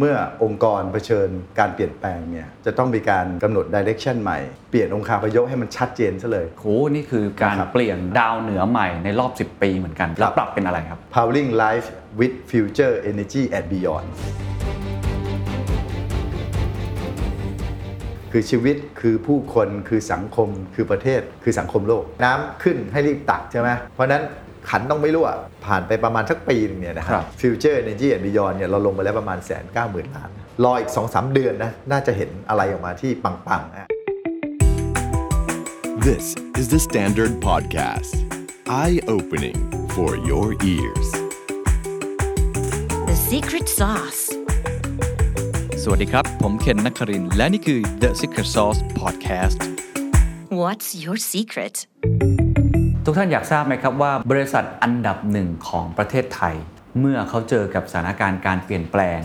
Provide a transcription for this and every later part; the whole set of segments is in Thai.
เมื่อองค์กรเผชิญการเปลี่ยนแปลงเนี่ยจะต้องมีการกำหนดดิเรกชันใหม่ เปลี่ยนองค์คาพยพให้มันชัดเจนซะเลย โหนี่คือการ ครับ เปลี่ยนดาวเหนือใหม่ในรอบ 10 ปีเหมือนกัน ค แล้ รั ว บ ปรับเป็นอะไรครับ Powering Life with Future Energy and Beyond คือชีวิตคือผู้คนคือสังคมคือประเทศคือสังคมโลก น้ำขึ้นให้รีบตักใช่ไหมเพราะฉะนั้นขันต้องไม่รั่ว ผ่านไปประมาณสักปีหนึงเนี่ยนะค ครั รับ บ Future Energy and Beyond เนี่ยเราลงไปแล้วประมาณแสนเก้าหมื่นล้าน รออีก 2-3 เดือนนะ น่าจะเห็นอะไรออกมาที่ปังๆนะ This is the Standard Podcast. Eye opening for your ears. The secret sauce. สวัสดีครับ ผมเคนนักครินทร์และนี่คือ The Secret Sauce Podcast What's your secret? ทุกท่านอยากทราบไหมครับว่าบริษัทอันดับหนึ่งของประเทศไทย เมื่อเขาเจอกับสถานการณ์การเปลี่ยนแปลง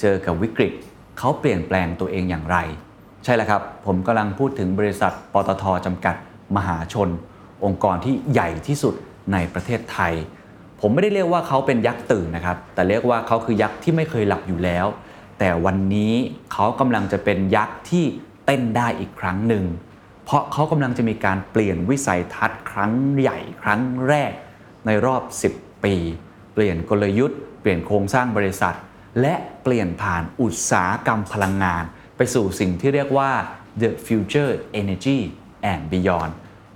เจอกับวิกฤต เขาเปลี่ยนแปลงตัวเองอย่างไร ใช่แล้วครับ ผมกำลังพูดถึงบริษัทปตทจำกัดมหาชน องค์กรที่ใหญ่ที่สุดในประเทศไทย ผมไม่ได้เรียกว่าเขาเป็นยักษ์ตื่นนะครับ แต่เรียกว่าเขาคือยักษ์ที่ไม่เคยหลับอยู่แล้ว แต่วันนี้เขากำลังจะเป็นยักษ์ที่เต้นได้อีกครั้งหนึ่ง เพราะเขากำลังจะมีการเปลี่ยนวิสัยทัศน์ครั้งใหญ่ครั้งแรก ในรอบ 10 ปี เปลี่ยนกลยุทธ์ เปลี่ยนโครงสร้างบริษัท และเปลี่ยนผ่านอุตสาหกรรมพลังงาน ไปสู่สิ่งที่เรียกว่า the future energy and beyond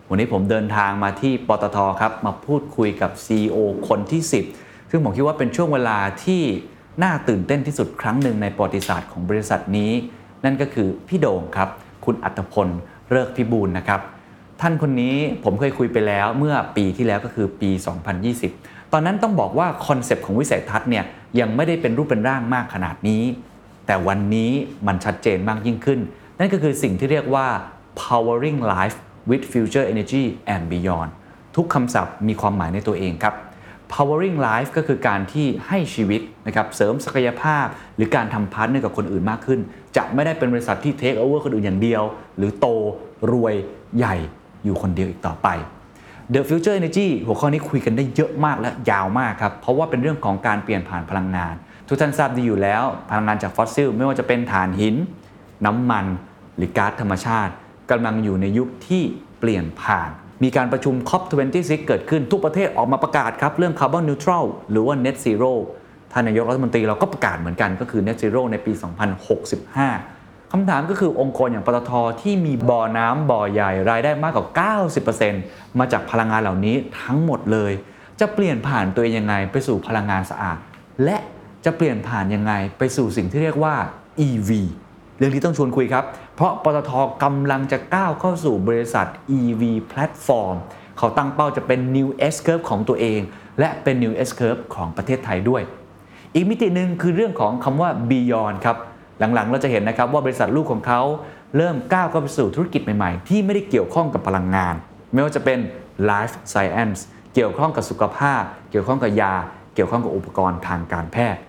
วันนี้ผมเดินทางมาที่ปตทครับ มาพูดคุยกับ CEO คนที่ 10 ซึ่งผมคิดว่าเป็นช่วงเวลาที่น่าตื่นเต้นที่สุดครั้งหนึ่งในประวัติศาสตร์ของบริษัทนี้ นั่นก็คือพี่โด่งครับ คุณอัตพลเลิกพิบูลนะครับ ท่านคนนี้ผมเคยคุยไปแล้วเมื่อปีที่แล้วก็คือปี 2020 ตอนนั้นต้องบอกว่าคอนเซปต์ของวิสัยทัศน์เนี่ยยังไม่ได้เป็นรูปเป็นร่างมากขนาดนี้ แต่วันนี้มันชัดเจนมากยิ่งขึ้น นั่นก็คือสิ่งที่เรียกว่า powering life with future energy and beyond ทุกคำศัพท์มีความหมายในตัวเองครับ powering life ก็คือการที่ให้ชีวิตนะครับเสริมศักยภาพ หรือการทำพาร์ทเนอร์กับคนอื่นมากขึ้น จะไม่ได้เป็นบริษัทที่ take over คนอื่นอย่างเดียว หรือโตรวยใหญ่อยู่คนเดียวอีกต่อไป The Future Energy หัวข้อนี้คุยกันได้เยอะมากและยาวมากครับ เพราะว่าเป็นเรื่องของการเปลี่ยนผ่านพลังงาน ทุกท่านทราบดีอยู่แล้ว พลังงานจากฟอสซิล ไม่ว่าจะเป็นถ่านหิน น้ำมัน หรือก๊าซธรรมชาติกำลังอยู่ในยุคที่เปลี่ยนผ่าน มีการประชุม COP26 เกิดขึ้นทุกประเทศออกมาประกาศครับ เรื่อง Carbon Neutral หรือว่า Net Zero ท่านนายกรัฐมนตรีเราก็ประกาศเหมือนกันก็คือ Net Zero ในปี 2065 คำถามก็คือองค์กรอย่างปตทที่มีบ่อน้ำบ่อใหญ่รายได้มากกว่า 90%มาจากพลังงานเหล่านี้ทั้งหมดเลย จะเปลี่ยนผ่านตัวเองยังไงไปสู่พลังงานสะอาด และจะเปลี่ยนผ่านยังไงไปสู่สิ่งที่เรียกว่า EV เรื่องที่ต้องชวนคุยครับ เพราะปตทกำลังจะก้าวเข้าสู่บริษัท EV Platform เขาตั้งเป้าจะเป็น New S-Curve ของตัวเอง และเป็น New S-Curve ของประเทศไทยด้วย อีกมิติหนึ่งคือเรื่องของคำว่า Beyond ครับ หลังๆ เราจะเห็นนะครับว่าบริษัทลูกของเขาเริ่มก้าวเข้าไปสู่ธุรกิจใหม่ๆ ที่ไม่ได้เกี่ยวข้องกับพลังงาน ไม่ว่าจะเป็น Life Science เกี่ยวข้องกับสุขภาพ เกี่ยวข้องกับยา เกี่ยวข้องกับอุปกรณ์ทางการแพทย์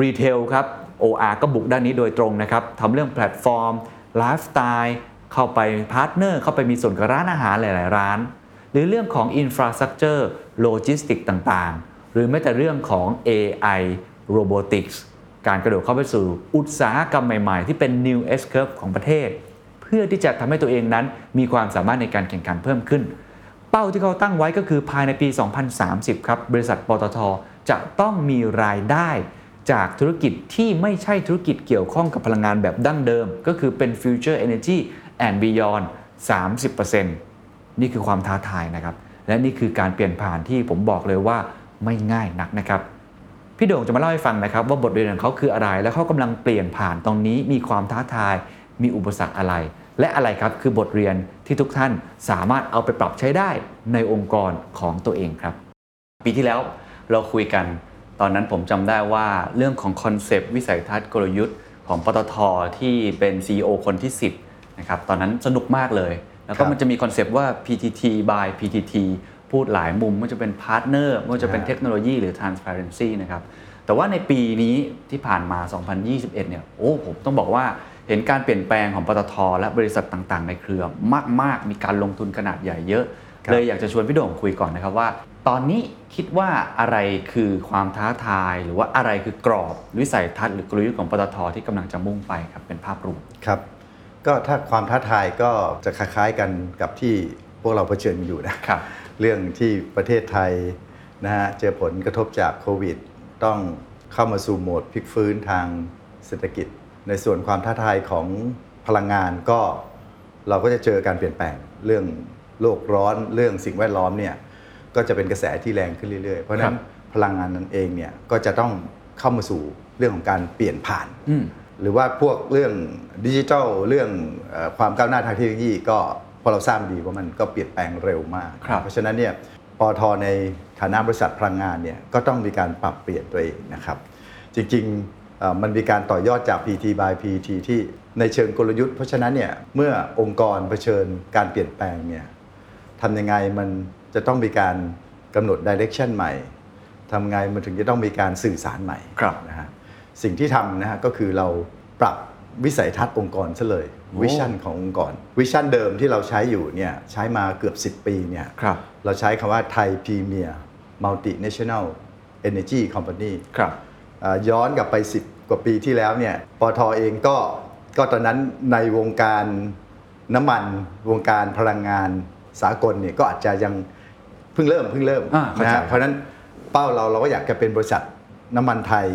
รีเทลครับ OR ก็บุกด้านนี้โดยตรงนะครับทำเรื่องแพลตฟอร์ม ไลฟ์สไตล์ เข้าไปพาร์ทเนอร์ เข้าไปมีส่วนกับร้านอาหารหลาย ๆ ร้าน หรือเรื่องของอินฟราสตรักเจอร์โลจิสติกต่าง ๆ หรือแม้แต่เรื่องของ AI Robotics การกระโดดเข้าไปสู่อุตสาหกรรมใหม่ ๆ ที่เป็น New S-Curve ของประเทศ เพื่อที่จะทำให้ตัวเองนั้นมีความสามารถในการแข่งขันเพิ่มขึ้น เป้าที่เขาตั้งไว้ก็คือภายในปี 2030 ครับ บริษัทปตท จะต้องมีรายได้ จากธุรกิจที่ไม่ใช่ธุรกิจเกี่ยวข้องกับพลังงานแบบดั้งเดิม ก็คือเป็น Future Energy and Beyond 30%นี่คือความท้าทายนะครับ และนี่คือการเปลี่ยนผ่านที่ผมบอกเลยว่าไม่ง่ายนักนะครับ พี่โด่งจะมาเล่าให้ฟังนะครับ ว่าบทเรียนของเขาคืออะไร และเขากำลังเปลี่ยนผ่านตรงนี้มีความท้าทาย มีอุปสรรคอะไร และอะไรครับคือบทเรียนที่ทุกท่านสามารถเอาไปปรับใช้ได้ในองค์กรของตัวเองครับ ปีที่แล้วเราคุยกัน ตอนนั้นผมจำได้ว่าเรื่องของคอนเซปต์วิสัยทัศน์กลยุทธ์ของปตทที่เป็น CEO คนที่ 10นะครับตอนนั้นสนุกมากเลย แล้วก็ ครับ มันจะมีคอนเซปต์ว่า PTT by PTT พูดหลายมุมไม่ว่าจะเป็นพาร์ทเนอร์ไม่ว่าจะเป็น อ่า เทคโนโลยีหรือ transparency นะครับ แต่ว่าในปีนี้ที่ผ่านมา 2021 เนี่ยโอ้ผมต้องบอกว่าเห็นการเปลี่ยนแปลงของปตท และบริษัทต่างๆ ในเครือมาก ๆ มีการลงทุนขนาดใหญ่เยอะ ครับ เลยอยากจะชวนพี่โด่งคุยก่อนนะครับว่า ตอนนี้คิดว่าอะไรคือความท้าทาย หรือว่าอะไรคือกรอบวิสัยทัศน์หรือกลยุทธ์ของปตทที่กำลังจะมุ่งไปครับเป็นภาพรวม ครับ ก็ถ้าความท้าทายก็จะคล้ายๆกันกับที่พวกเราเผชิญอยู่นะครับ เรื่องที่ประเทศไทยนะฮะเจอผลกระทบจากโควิด ต้องเข้ามาสู่โหมดพลิกฟื้นทางเศรษฐกิจ ในส่วนความท้าทายของพลังงานก็เราก็จะเจอการเปลี่ยนแปลงเรื่องโลกร้อนเรื่องสิ่งแวดล้อมเนี่ยก็จะเป็นกระแสที่แรงขึ้นเรื่อยๆ เพราะฉะนั้นพลังงานนั้นเองเนี่ยก็จะต้องเข้ามาสู่เรื่องของการเปลี่ยนผ่าน อืม หรือว่าพวกเรื่องดิจิทัลเรื่องเอ่อความก้าวหน้าทางเทคโนโลยีก็พอเราทราบดีว่ามันก็เปลี่ยนแปลงเร็วมาก ครับ เพราะฉะนั้นเนี่ยปอทในฐานะบริษัทพลังงานเนี่ยก็ต้องมีการปรับเปลี่ยนตัวเองนะครับ จริงๆเอ่อมันมีการต่อยอดจาก PT by PT ที่ในเชิงกลยุทธ์ เพราะฉะนั้นเนี่ยเมื่อองค์กรเผชิญการเปลี่ยนแปลงเนี่ย ทำยังไงมันจะต้องมีการกำหนดดิเรกชันใหม่ ทำไงมันถึงจะต้องมีการสื่อสารใหม่ ครับ นะฮะ สิ่งที่ทำนะฮะก็คือเราปรับวิสัยทัศน์องค์กรซะเลย วิชั่นขององค์กร วิชั่นเดิมที่เราใช้อยู่เนี่ยใช้มาเกือบ 10 ปีเนี่ย ครับ เราใช้คำว่าไทยพรีเมียร์มัลติเนชั่นแนลเอเนจีคอมพานี ครับ อ่าย้อนกลับไป 10 กว่าปีที่แล้วเนี่ยปอทอเองก็ก็ตอนนั้นในวงการน้ำมันวงการพลังงานสากลเนี่ยก็อาจจะยังเพิ่งเริ่มเพิ่งเริ่ม อ่าเข้าใจ นะ ครั ฮะ บ เพราะฉะนั้นเป้าเราเราก็อยากจะเป็นบริษัทน้ำมันไทย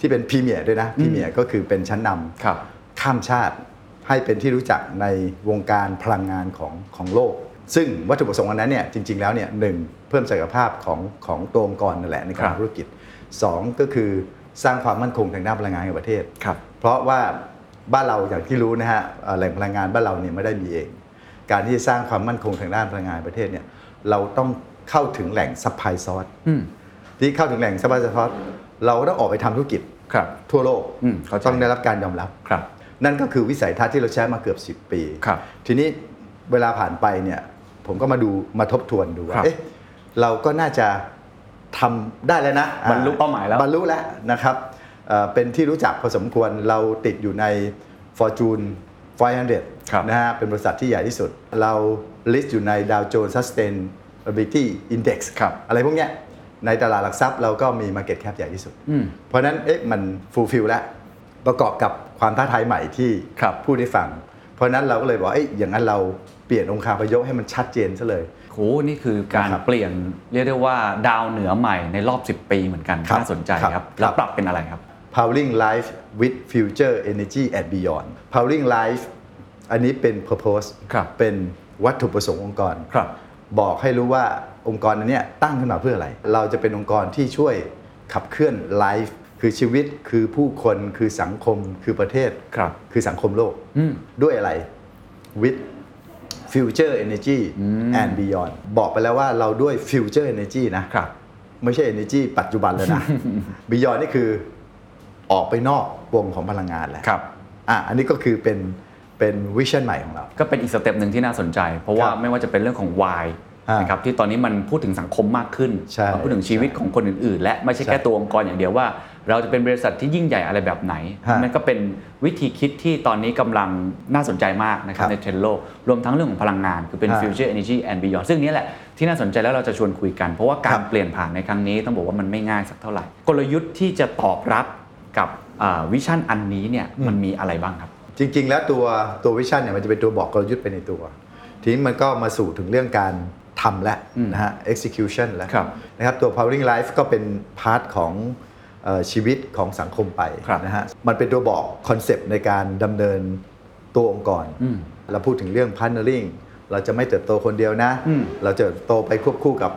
ที่เป็นพรีเมียร์ด้วยนะพรีเมียร์ก็คือเป็นชั้นนำ ครับ ข้ามชาติให้เป็นที่รู้จักในวงการพลังงานของของโลก ซึ่งวัตถุประสงค์อันนั้นเนี่ยจริง ๆแล้วเนี่ยหนึ่งเพิ่มศักยภาพของของตัวองค์กรนั่นแหละในการคั ร บ ธุรกิจสองก็คือสร้างความมั่นคงทางด้านพลังงานให้กับประเทศ ครับ เพราะว่าบ้านเราอย่างที่รู้นะฮะเอ่อแหล่งพลังงานบ้านเราเนี่ยไม่ได้มีเอง การที่จะสร้างความมั่นคงทางด้านพลังงานประเทศเนี่ยเราต้องเข้าถึงแหล่งซัพพลายซอร์ส อืม ที่เข้าถึงแหล่งซัพพลายซอร์สเราก็ต้องออกไปทำธุรกิจ ครับ ทั่วโลก อืมเข้าใจ ต้องได้รับการยอมรับ ครับ นั่นก็คือวิสัยทัศน์ที่เราใช้มาเกือบ 10 ปี ครับ ทีนี้เวลาผ่านไปเนี่ยผมก็มาดูมาทบทวนดู ครั ว่า บ เอ๊ะเราก็น่าจะทำได้แล้วนะอ่ บรรลุเป้าหมายแล้ว บรรลุแล้วนะครับเอ่อเป็นที่รู้จักพอสมควรเราติดอยู่ใน Fortune ครับ 500 นะฮะเป็นบริษัทที่ใหญ่ที่สุด เรา list อยู่ใน Dow Jones Sustainability Index ครับ อะไรพวกเนี้ยในตลาดหลักทรัพย์เราก็มี Market Cap ใหญ่ที่สุด อืม เพราะฉะนั้นเอ๊ะมันฟูลฟิลแล้วประกอบกับความท้าทายใหม่ที่ ครับ พูดให้ฟัง เพราะฉะนั้นเราก็เลยบอกว่าเอ๊ะอย่างนั้นเราเปลี่ยนองคาพยพให้มันชัดเจนซะเลย โหนี่คือการ ครับ เปลี่ยนเรียกได้ว่าดาวเหนือใหม่ในรอบ 10 ปีเหมือนกัน ครับ น่าสนใจค ครั รับบ แล้วปรับเป็นอะไรครับ Powering Life with Future Energy and Beyond Powering Life อันนี้เป็น purpose ครับ เป็นวัตถุประสงค์องค์กร ครับ บอกให้รู้ว่าองค์กรอันเนี้ยตั้งขึ้นมาเพื่ออะไร เราจะเป็นองค์กรที่ช่วยขับเคลื่อน life คือชีวิตคือผู้คนคือสังคมคือประเทศ ครับ คือสังคมโลก อืม ด้วยอะไร with future energy and beyond บอกไปแล้วว่าเราด้วย future energy นะครับ ไม่ใช่ energy ปัจจุบันแล้ว นะ beyond นี่คือออกไปนอกวงของพลังงานแล้ว ครับ อ่ะอันนี้ก็คือเป็นเป็นวิชั่นใหม่ของเรา ก็เป็นอีกสเต็ปหนึ่งที่น่าสนใจ เพราะคว่ารับ ไม่ว่าจะเป็นเรื่องของวาย อ่าน นะครับที่ตอนนี้มันพูดถึงสังคมมากขึ้น ใช่ มันพูดถึงชีวิตของคนอื่น ๆ และไม่ใช่แค่ ใช่ ตัวองค์กรอย่างเดียวว่า เราจะเป็นบริษัทที่ยิ่งใหญ่อะไรแบบไหน ฮะ นั่นก็เป็นวิธีคิดที่ตอนนี้กำลังน่าสนใจมากนะครัคบรับ ในเทรนด์โลกรวมทั้งเรื่องของพลังงาน คือเป็น ฮะ future energy and beyond ซึ่งเนี้แหละที่น่าสนใจแล้วเราจะชวนคุยกันเพราะว่าการ ครับ เปลี่ยนผ่านในครั้งนี้ต้องบอกว่ามันไม่ง่ายสักเท่าไหร่ กลยุทธ์ที่จะตอบรับกับวิชั่นอันนี้เนี่ยมันมีอะไรบ้างครับ จริง ๆ แล้วตัวตัววิชั่นเนี่ยมันจะเป็นตัวบอกกลยุทธ์ไปในตัว ทีนี้มันก็มาสู่ถึงเรื่องการทำและนะฮะ execution แล้ว ครับ นะครับตัว powering life ก็เป็นพาร์ทของเออชีวิตของสังคมไป ครับ นะฮะมันเป็นตัวบอกคอนเซปต์ในการดำเนินตัวองค์กร อืม เราพูดถึงเรื่อง partnering เราจะไม่เติบโตคนเดียวนะ อืม เราจะเติบโตไปควบคู่กับ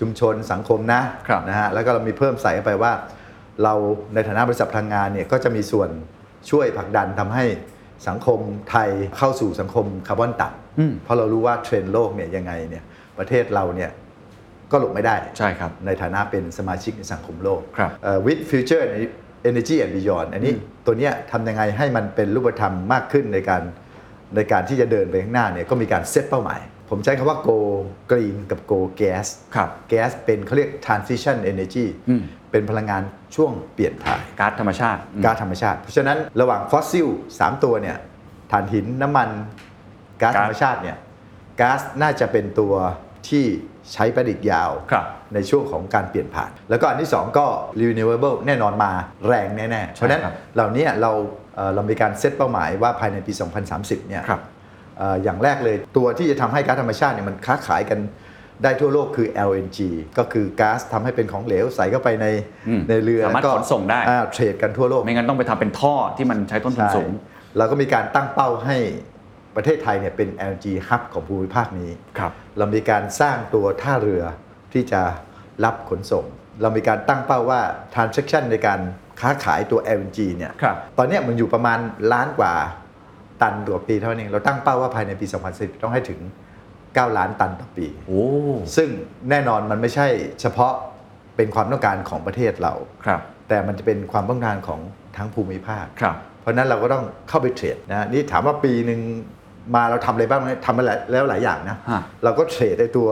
ชุมชนสังคมนะครับ นะฮะแล้วก็เรามีเพิ่มใส่เข้าไปว่า เราในฐานะบริษัทพลังงานเนี่ยก็จะมีส่วนช่วยผลักดันทำให้สังคมไทยเข้าสู่สังคมคาร์บอนต่ อืม ำเพราะเรารู้ว่าเทรนด์โลกเนี่ยยังไงเนี่ยประเทศเราเนี่ยก็หลบไม่ได้ ใช่ครับ ในฐานะเป็นสมาชิกในสังคมโลก ครับ with future energy and beyond อันนี้ตัวเนี้ยทำยังไงให้มันเป็นรูปธรรมมากขึ้นในการในการที่จะเดินไปข้างหน้าเนี่ยก็มีการเซตเป้าหมาย ผมใช้คำว่า go green กับ go gas ครับ แก๊สเป็นเขาเรียก transition energy อืม เป็นพลังงานช่วงเปลี่ยนถ่าย ก๊าซธรรมชาติอืม ก๊าซธรรมชาติ เพราะฉะนั้นระหว่างฟอสซิล 3 ตัวเนี่ยถ่านหินน้ำมันก๊าซธก๊าซรรมชาติเนี่ยก๊าซน่าจะเป็นตัว ที่ใช้ประดิษฐ์ยาว ครับ ในช่วงของการเปลี่ยนผ่าน แล้วก็อันที่ 2 ก็ renewable แน่นอนมาแรงแน่ ๆ เพราะฉะนั้น ครับ เหล่านี้เราเอ่อเรามีการเซตเป้าหมายว่าภายในปี 2030 เนี่ย ครับ เอ่ออย่างแรกเลยตัวที่จะทำให้ก๊าซธรรมชาติเนี่ยมันค้าขายกันได้ทั่วโลกคือ LNG ก็คือก๊าซทำให้เป็นของเหลวใส่เข้าไปใน อืม ในเรือ สามารถ แล้วก็ ขนส่งได้ อ่าเทรดกันทั่วโลก ไม่งั้นต้องไปทำเป็นท่อที่มันใช้ต้นทุนสูง ใช่เราก็มีการตั้งเป้าให้ประเทศไทยเนี่ยเป็น LNG Hub ของภูมิภาคนี้ ครับ เรามีการสร้างตัวท่าเรือที่จะรับขนส่ง เรามีการตั้งเป้าว่า transaction ในการค้าขายตัว LNG เนี่ย ครับ ตอนเนี้ยมันอยู่ประมาณล้านกว่าตันต่อปีเท่านั้นเองเราตั้งเป้าว่าภายในปี 2010 ต้องให้ถึง 9 ล้านตันต่อปี โอ้ ซึ่งแน่นอนมันไม่ใช่เฉพาะเป็นความต้องการของประเทศเรา ครับ แต่มันจะเป็นความต้องการของทั้งภูมิภาค ครับ เพราะฉะนั้นเราก็ต้องเข้าไปเทรดนะฮะนี่ถามว่าปีหนึ่งมาเราทำอะไรบ้างไหมทำมาแล้วหลายอย่างนะ ฮะ เราก็เทรดในตัว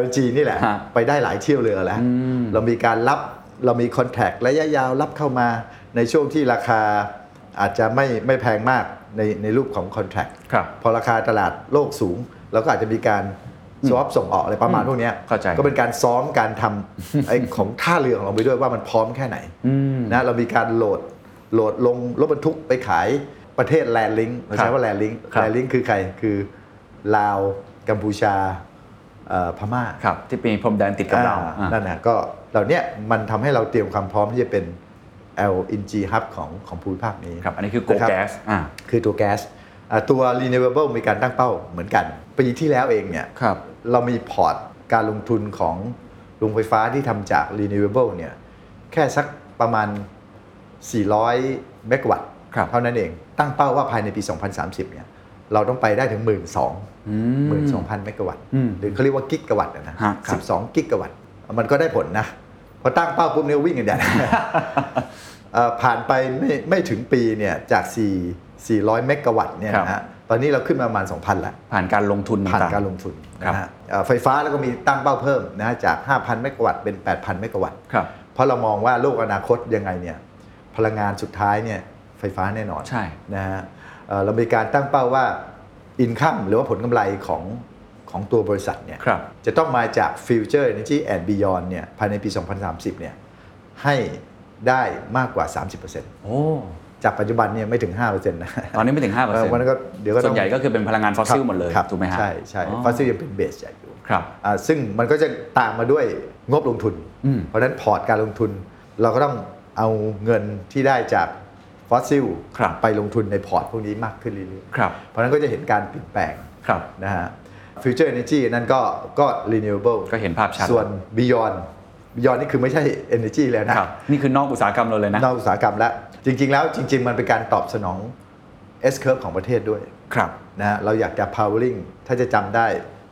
LG นี่แหละ ฮะ ไปได้หลายเที่ยวเรือแล้ว อืม เรามีการรับเรามีคอนแทคระยะยาวรับเข้ามาในช่วงที่ราคาอาจจะไม่ไม่แพงมากในในรูปของคอนแทค ครับ พอราคาตลาดโลกสูงเราก็อาจจะมีการสวอปส่งออกอะไรประมาณ อืม พวกนี้ย เข้าใจ ก็เป็นการซ้อมการทำไอ้ของท่าเรือของเราไปด้วยว่ามันพร้อมแค่ไหน อืม นะเรามีการโหลดโหลดลงรถบรรทุกไปขายประเทศแลนด์ลิงเรา ครั ใช้ บ ว่าแลนด์ลิง ครับ แลนด์ลิงคือใครคือลาวกัมพูชาเอ่อพม่า ครับ ที่เป็นพรมแดนติดกับเรา อ่า อ่า นั่นนะก็เหล่าเนี้ยมันทำให้เราเตรียมความพร้อมที่จะเป็น LNG hub ของของภูมิภาคนี้ ครับอันนี้คือ Go ะรับ Gas อ่า คือตัวแก๊สอ่าตัว renewable มีการตั้งเป้าเหมือนกัน ปีที่แล้วเองเนี่ย ครับ เรามีพอร์ตการลงทุนของโรงไฟฟ้าที่ทำจาก renewable เนี่ยแค่สักประมาณ 400 เมกะวัตต์ ครับ เท่านั้นเองตั้งเป้าว่าภายในปี 2030 เนี่ยเราต้องไปได้ถึง 1 2 0 0 ม 0 12,000 เมกะวัตต์ อืม หรือเขาเรียกว่ากิกะวัตต์อะนะ ฮะครับ 12 กิกะวัตต์ มันก็ได้ผลนะ พอตั้งเป้าปุ๊บเนี่ยวิ่งกันใหญ่ เอ่อผ่านไปไม่ไม่ถึงปีเนี่ยจาก4 400 เมกะวัตต์เนี่ยนะ ครั ฮะ บ ตอนนี้เราขึ้นมาประมาณ 2,000ละ ผ่านการลงทุน ผ่าน ต่งๆ การลงทุน ครับ นะฮะเอ่อไฟฟ้าแล้วก็มีตั้งเป้าเพิ่มนะฮะจาก 5,000 เมกะวัตต์เป็น 8,000 เมกะวัตต์ ครับ เพราะเรามองว่าโลกอนาคตยังไงเนี่ยพลังงานสุดท้ายเนี่ยไฟฟ้าแน่นอน ใช่ นะฮะเอ่อเรามีการตั้งเป้าว่าอินคัมหรือว่าผลกำไรของของตัวบริษัทเนี่ย ครับ จะต้องมาจาก Future Energy and Beyond เนี่ยภายในปี 2030 เนี่ยให้ได้มากกว่า 30% โอ้ จากปัจจุบันเนี่ยไม่ถึง 5%นะ ตอนนี้ไม่ถึง5% เออวันนั้นก็เดี๋ยวก็ ส่ ต้ ว อนง ใหญ่ก็คือเป็นพลังงานฟอสซิลหมดเลย ครับ ถูกไหมฮะ ใช่ใช่ อ๋อ ฟอสซิลยังเป็นเบสใหญ่อยู่ ครับ อ่าซึ่งมันก็จะตามมาด้วยงบลงทุน อืม เพราะฉะนั้นพอร์ตการลงทุน เราก็ต้องเอาเงินที่ได้จากฟอสซิล ครับ ไปลงทุนในพอร์ตพวกนี้มากขึ้นเรื่อยๆ ครับ เพราะฉะนั้นก็จะเห็นการเปลี่ยนแปลง ครับ นะฮะฟิวเจอร์เอเนจีนั่นก็ก็ renewable ก็เห็นภาพชัด ส่วน beyond beyond นี่คือไม่ใช่ energy แล้วนะ ครับ นี่คือนอกอุตสาหกรรมเราเลยนะ นอกอุตสาหกรรมแล้ว จริง ๆ แล้วจริง ๆ มันเป็นการตอบสนอง S curve ของประเทศด้วย ครับ นะฮะเราอยากจะ powering ถ้าจะจำได้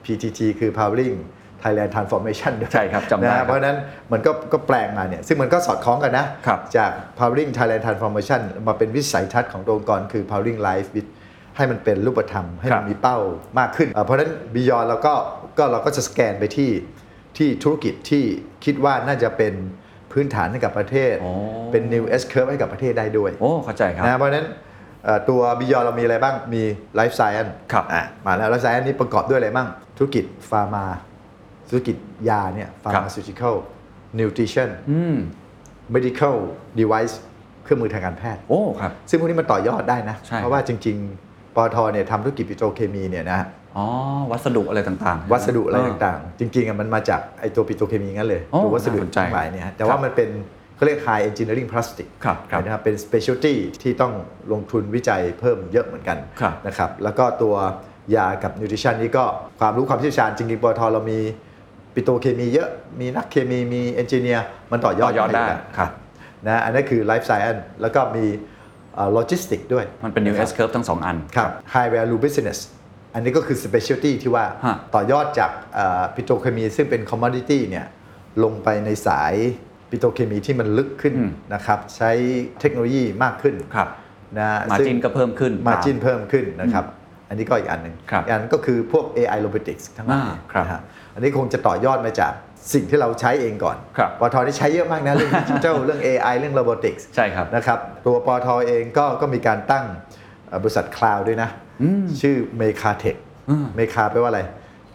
PTT คือ powering Thailand Transformation ด้วย ใช่ครับจำได้ นะ ครั ฮะ บ เพราะฉะนั้นมันก็ก็แปลงมาเนี่ยซึ่งมันก็สอดคล้องกันนะ ครับ จาก powering Thailand Transformation มาเป็นวิสัยทัศน์ขององค์กรคือ powering life with ให้มันเป็นรูปธรรม ให้ ครั มัน บ มีเป้ามากขึ้นเอ่อเพราะฉะนั้น beyond เราก็ก็เราก็จะสแกนไปที่ที่ธุรกิจที่คิดว่าน่าจะเป็นพื้นฐานให้กับประเทศ อ๋อ เป็น new S curve ให้กับประเทศได้ด้วย โอ้ เข้าใจครับ นะเพราะฉะนั้นเอ่อตัวบิยอนเรามีอะไรบ้างมีไลฟ์ไซ e อน ครับ อ่ะมาแล้วไลฟ์ไซ e อนนี้ประกอบด้วยอะไรบ้าง ธุรกิจฟาร์มาธุรกิจยาเนี่ยฟาร์มาซูติคอลนิวทริชั่น อืม เมดิคอลเดเวิ์เครื่องมือทางการแพทย์ โอ้ ครับ ซึ่งพวกนี้มันต่อยอดได้นะ ใช่ เพราะว่าจริง ๆปอทเนี่ยทำธุรกิจปิโตรเคมีเนี่ยนะ อ๋อ วัสดุอะไรต่างๆ วัสดุอะไรต่างๆ จริงๆอ่ะมันมาจากไอตัวปิโตรเคมีงั้นเลย โอ้ ตัววัสดุ น่าสนใจ ทั้งหลายเนี่ยฮะแต่ ครับ ว่ามันเป็นเขาเรียก high engineering plastic ครับครับ นะครับเป็น specialty ที่ต้องลงทุนวิจัยเพิ่มเยอะเหมือนกัน ครับ นะครับแล้วก็ตัวยากับ nutrition นี่ก็ความรู้ความเชี่ยวชาญจริงๆปตทเรามีปิโตรเคมีเยอะมีนักเคมีมีเอนจิเนียร์มันต่อยอด ต่อยอดได้ ให้ยู่แล้ว ครับ นะอันนี้คือ life science แล้วก็มีโลจิสติกด้วย ๆมันเป็นะ new ครับ S curve ทั้งสองอัน ครับ high value business อันนี้ก็คือ specialty ที่ว่า ฮะ ต่อยอดจากปิโตรเคมีซึ่งเป็น commodity เนี่ยลงไปในสายปิโตรเคมีที่มันลึกขึ้น อืม นะครับใช้เทคโนโลยีมากขึ้น ครับ นะ Margin ก็เพิ่มขึ้น มาจินเพิ่มขึ้นนะครับ อันนี้ก็อีกอันหนึ่ง ครับ อีกอันก็คือพวก AI robotics ทั้งหลาย อ่าครับ นะฮะอันนี้คงจะต่อยอดมาจากสิ่งที่เราใช้เองก่อน ครับ ปตทนี่ใช้เยอะมากนะเรื่องดิจิทัล เรื่อง AI เรื่อง robotics ใช่ครับ นะครับตัวปอทอเองก็ก็มีการตั้งเอ่อบริษัทคลาวด์ด้วยนะ ชื่อเมคาเทค อืม เมคาแปลว่าอะไร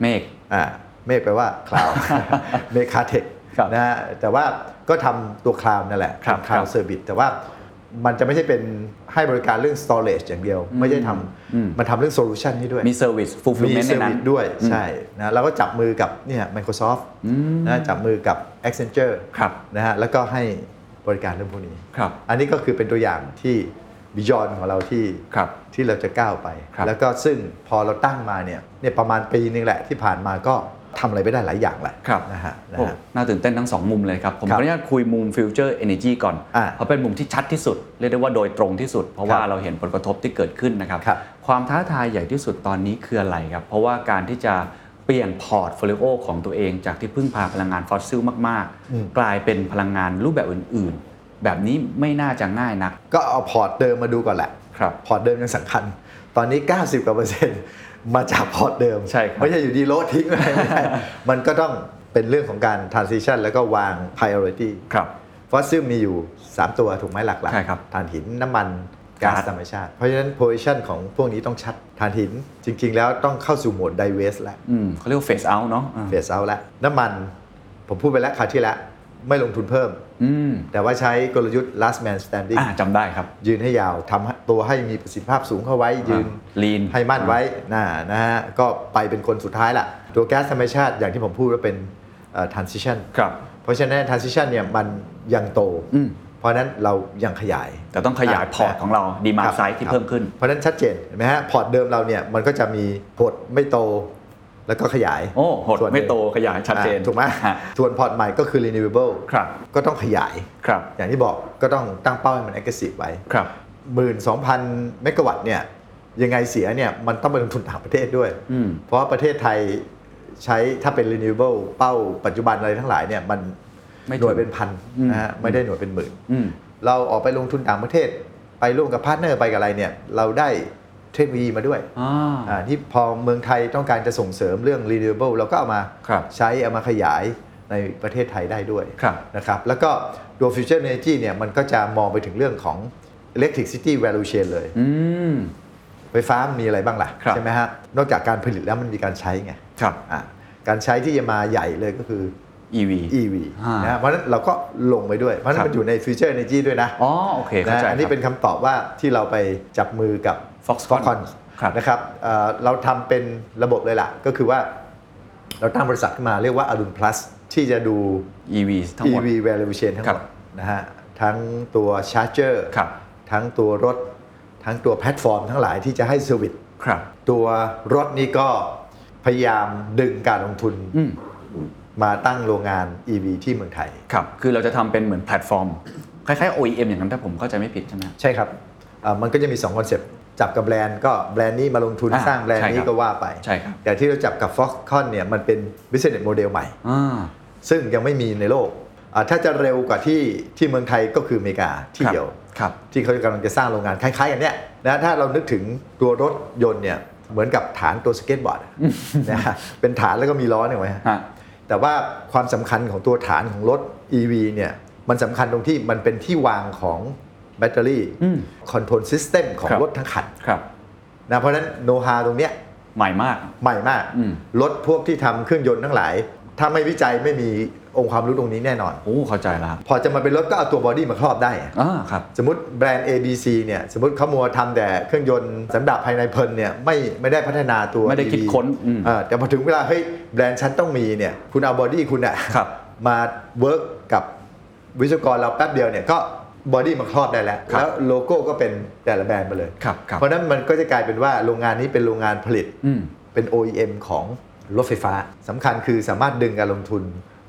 เมฆ อ่า เมฆแปลว่าคลาว เมฆคาเทค ครับ นะฮะแต่ว่าก็ทำตัวคลาวนั่นแหละ ครับ คลา คว รับ เซอร์วิสแต่ว่ามันจะไม่ใช่เป็นให้บริการเรื่อง storage อย่างเดียว ไม่ใช่ท อืม ำมันทำเรื่อง solution ให้ด้วย มีเซอร์วิสฟูลฟิล มี เมนต์ เซ ใน อร์ นั้ วิ น สด้วยใช่นะเราก็จับมือกับเนี่ย Microsoft นะจับมือกับ Accenture ครับ นะฮะแล้วก็ให้บริการเรื่องพวกนี้ ครับ อันนี้ก็คือเป็นตัวอย่างที่บิยอนของเราที่ ครับ ที่เราจะก้าวไป ครับ แล้วก็ซึ่งพอเราตั้งมาเนี่ยเนี่ยประมาณปีนึงแหละที่ผ่านมาก็ทำอะไรไม่ได้หลายอย่างแหละ ครับ นะฮะนะ โอ้ ฮะ น่าตื่นเต้นทั้งสองมุมเลยครับ ผม ครั ข บ ออนุญาตคุยมุมฟิวเจอร์เอเนจีก่อน อ่า เพราะเป็นมุมที่ชัดที่สุด เรียกได้ว่าโดยตรงที่สุด เพราะว่า ครับ เราเห็นผลกระทบที่เกิดขึ้นนะครับ ครับ ความท้าทายใหญ่ที่สุดตอนนี้คืออะไรครับ เพราะว่าการที่จะเปลี่ยนพอร์ตโฟลิโอของตัวเองจากที่พึ่งพาพลังงานฟอสซิลมาก อืม ๆ กลายเป็นพลังงานรูปแบบอื่น ๆ แบบนี้ไม่น่าจะง่ายนัก ก็เอาพอร์ตเดิมมาดูก่อนแหละ ครับ พอร์ตเดิมยังสำคัญ ตอนนี้ 90กว่าเปอร์เซ็นต์มาจากพอร์ตเดิม ใช่ครับ ไม่ใช่อยู่ดีโลดทิ้งไปไม่ได้ มันก็ต้องเป็นเรื่องของการ transition แล้วก็วาง priority ครับ ฟอสซิลมีอยู่ 3 ตัวถูกไหมหลัก ใช่ครับ ถ่านหินน้ำมันก๊า ครั ซ บ ธรรมชาติ เพราะฉะนั้น position ของพวกนี้ต้องชัดถ่านหินจริง ๆ แล้วต้องเข้าสู่โหมด divest แล้ว อืมเขาเรียกว่าเฟสเอาเนาะอ่า เฟสเอาแล้วน้ำมันผมพูดไปแล้วคราวที่แล้วไม่ลงทุนเพิ่ม อืม แต่ว่าใช้กลยุทธ์ last man standing อ่าจำได้ครับ ยืนให้ยาวทำให้ตัวให้มีประสิทธิภาพสูงเข้าไว้ ยืน Lean ให้มั่น อ่า ไว้นะนะฮะก็ไปเป็นคนสุดท้ายล่ะ ตัวแก๊สธรรมชาติอย่างที่ผมพูดว่าเป็นเอ่อ transition ครับ เพราะฉะนั้น transition เนี่ยมันยังโต อืม เพราะฉะนั้นเรายังขยาย แต่ต้องขยายพอร์ตของเรา ดีมา ค ร์ บ ไซส์ที่ ครับ เพิ่มขึ้น เพราะฉะนั้นชัดเจนเห็นไหมฮะพอร์ตเดิมเราเนี่ยมันก็จะมีพอร์ตไม่โตแล้วก็ขยาย โอ้หด ส่วนนึ่ง ไม่โตขยายชัดเจน อ่าถูกไหม ฮะ ส่วนพอร์ตใหม่ก็คือ renewable ครับ ก็ต้องขยาย ครับ อย่างที่บอกก็ต้องตั้งเป้าให้มัน aggressive ไว้ ครับ หมื่นสองพันเมกะวัตต์เนี่ยยังไงเสียเนี่ยมันต้องไปลงทุนต่างประเทศด้วย อืม เพราะว่าประเทศไทยใช้ถ้าเป็น renewable เป้าปัจจุบันอะไรทั้งหลายเนี่ยมัน ไม่หถึงน่วยเป็นพัน อืม นะฮะไม่ได้หน่วยเป็นหมื่น อืม เราออกไปลงทุนต่างประเทศ ไปร่วมกับพาร์ทเนอร์ไปกับอะไรเนี่ยเราได้เทคโนโลยีมาด้วย อ่า อ่าที่พอเมืองไทยต้องการจะส่งเสริมเรื่อง renewable เราก็เอามา ครับ ใช้เอามาขยายในประเทศไทยได้ด้วย ครับ นะครับแล้วก็ตัว Future Energy เนี่ยมันก็จะมองไปถึงเรื่องของ Electric City Value Chain เลย อืม ไฟฟ้ามันมีอะไรบ้าง ครั ล่ะ บ ใช่ไหมฮะ นอกจากการผลิตแล้วมันมีการใช้ไง ครับ อ่ะการใช้ที่จะมาใหญ่เลยก็คือ EV EV อ่าน นะฮะเพราะฉะนั้นเราก็ลงไปด้วย เพราะฉะนั้ ครั น บ มันอยู่ใน Future Energy ด้วยนะ อ๋อ โอเค เข้า นะ ใจ อันนี้ ครับ เป็นคำตอบว่าที่เราไปจับมือกับ Foxconn Foxconn ครับ นะครับเอ่อเราทำเป็นระบบเลยล่ะ ก็คือว่าเราตั้งบริษัทขึ้นมาเรียกว่าอรุณ plus ที่จะดู EV ทั้งหมด EV value chain ทั้ง ครั หม บ ดนะฮะทั้งตัวชาร์จเจอร์ ครับ ทั้งตัวรถ ทั้งตัวแพลตฟอร์มทั้งหลายที่จะให้เซอร์วิส ครับ ตัวรถนี่ก็พยายามดึงการลงทุน อืม มาตั้งโรงงาน EV ที่เมืองไทย ครับ คือเราจะทำเป็นเหมือนแพลตฟอร์ม คล้ายๆ OEM อย่างนั้นถ้าผมเข้าใจไม่ผิดใช่ไหม ใช่ครับเอ่อมันก็จะมี 2 คอนเซปต์ จับกับแบรนด์ก็แบรนด์นี้มาลงทุน อ่า สร้างแบรนด์ ใช่ นี้ ครับ ก็ว่าไป ใช่ครับ แต่ที่เราจับกับ Foxconn เนี่ยมันเป็น business model ใหม่ อ่า ซึ่งยังไม่มีในโลกอ่าถ้าจะเร็วกว่าที่ที่เมืองไทยก็คืออเมริกาที่เดียว ครับ ที่เขากำลังจะสร้างโรงงานคล้ายๆกันเนี่ยนะถ้าเรานึกถึงตัวรถยนต์เนี่ยเหมือนกับฐานตัวสเก็ตบอร์ดอะ นะฮะเป็นฐานแล้วก็มีล้อเนี่ยไว้ฮะ ฮะ แต่ว่าความสำคัญของตัวฐานของรถ EV เนี่ยมันสำคัญตรงที่มันเป็นที่วางของแบตเตอรี่ อืม คอนโทรลซิสเต็มของ ครับ รถทั้งคัน ครับ นะเพราะฉะนั้นโนฮาตรงเนี้ย ใหม่มาก ใหม่มาก อืม รถพวกที่ทำเครื่องยนต์ทั้งหลาย ถ้าไม่วิจัยไม่มีองค์ความรู้ตรงนี้แน่นอน โอ้ เข้าใจแล้วครับ พอจะมาเป็นรถก็เอาตัวบอดี้มาครอบได้อะ อ่า ครับ สมมติแบรนด์ ABC เนี่ยสมมติเขามัวทำแต่เครื่องยนต์สำหรับภายในเพลินเนี่ยไม่ไม่ได้พัฒนาตัว ไม่ได้ EV คิดค้นอืม เออแต่พอถึงเวลาเฮ้ยแบรนด์ฉันต้องมีเนี่ยคุณเอาบอดี้คุณอะ ครับ มาเวิร์กกับวิศวกรเราแป๊บเดียวเนี่ยก็บอดี้มาครอบได้แล้ว ครับ แล้วโลโก้ก็เป็นแต่ละแบรนด์ไปเลย ครับครับ เพราะฉะนั้นมันก็จะกลายเป็นว่าโรงงานนี้เป็นโรงงานผลิต อืม เป็น OEM ของรถไฟฟ้าสำคัญคือสามารถดึงการลงทุน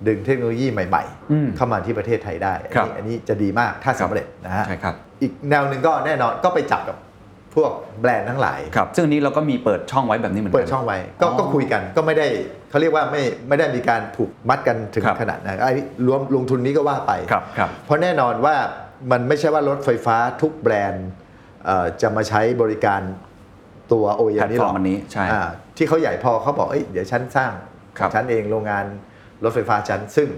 ดึงเทคโนโลยีใหม่ อืม ๆ เข้ามาที่ประเทศไทยได้อัน ครับ นี้อันนี้จะดีมากถ้าสำเร็จนะฮะ ใช่ครับ อีกแนวหนึ่งก็แน่นอนก็ไปจับกับพวกแบรนด์ทั้งหลาย ครับ ซึ่งอันนี้เราก็มีเปิดช่องไว้แบบนี้เหมือนกัน เปิดช่องไว้ก็ อ๋อ ก็คุยกันก็ไม่ได้เขาเรียกว่าไม่ไม่ได้มีการผูกมัดกันถึง ครับ ขนาดนั้นไอ้รวมลงทุนนี้ก็ว่าไป ครับครับ เพราะแน่นอนว่ามันไม่ใช่ว่ารถไฟฟ้าทุกแบรนด์เอ่อจะมาใช้บริการตัว OEM แพลต นี่ ฟ หรอร์ อกมอันนี้ใช่ อ่าที่เขาใหญ่พอเขาบอกเอ้ยเดี๋ยวฉันสร้าง ครับ ฉันเองโรงงานรถไฟฟ้าฉันซึ่ง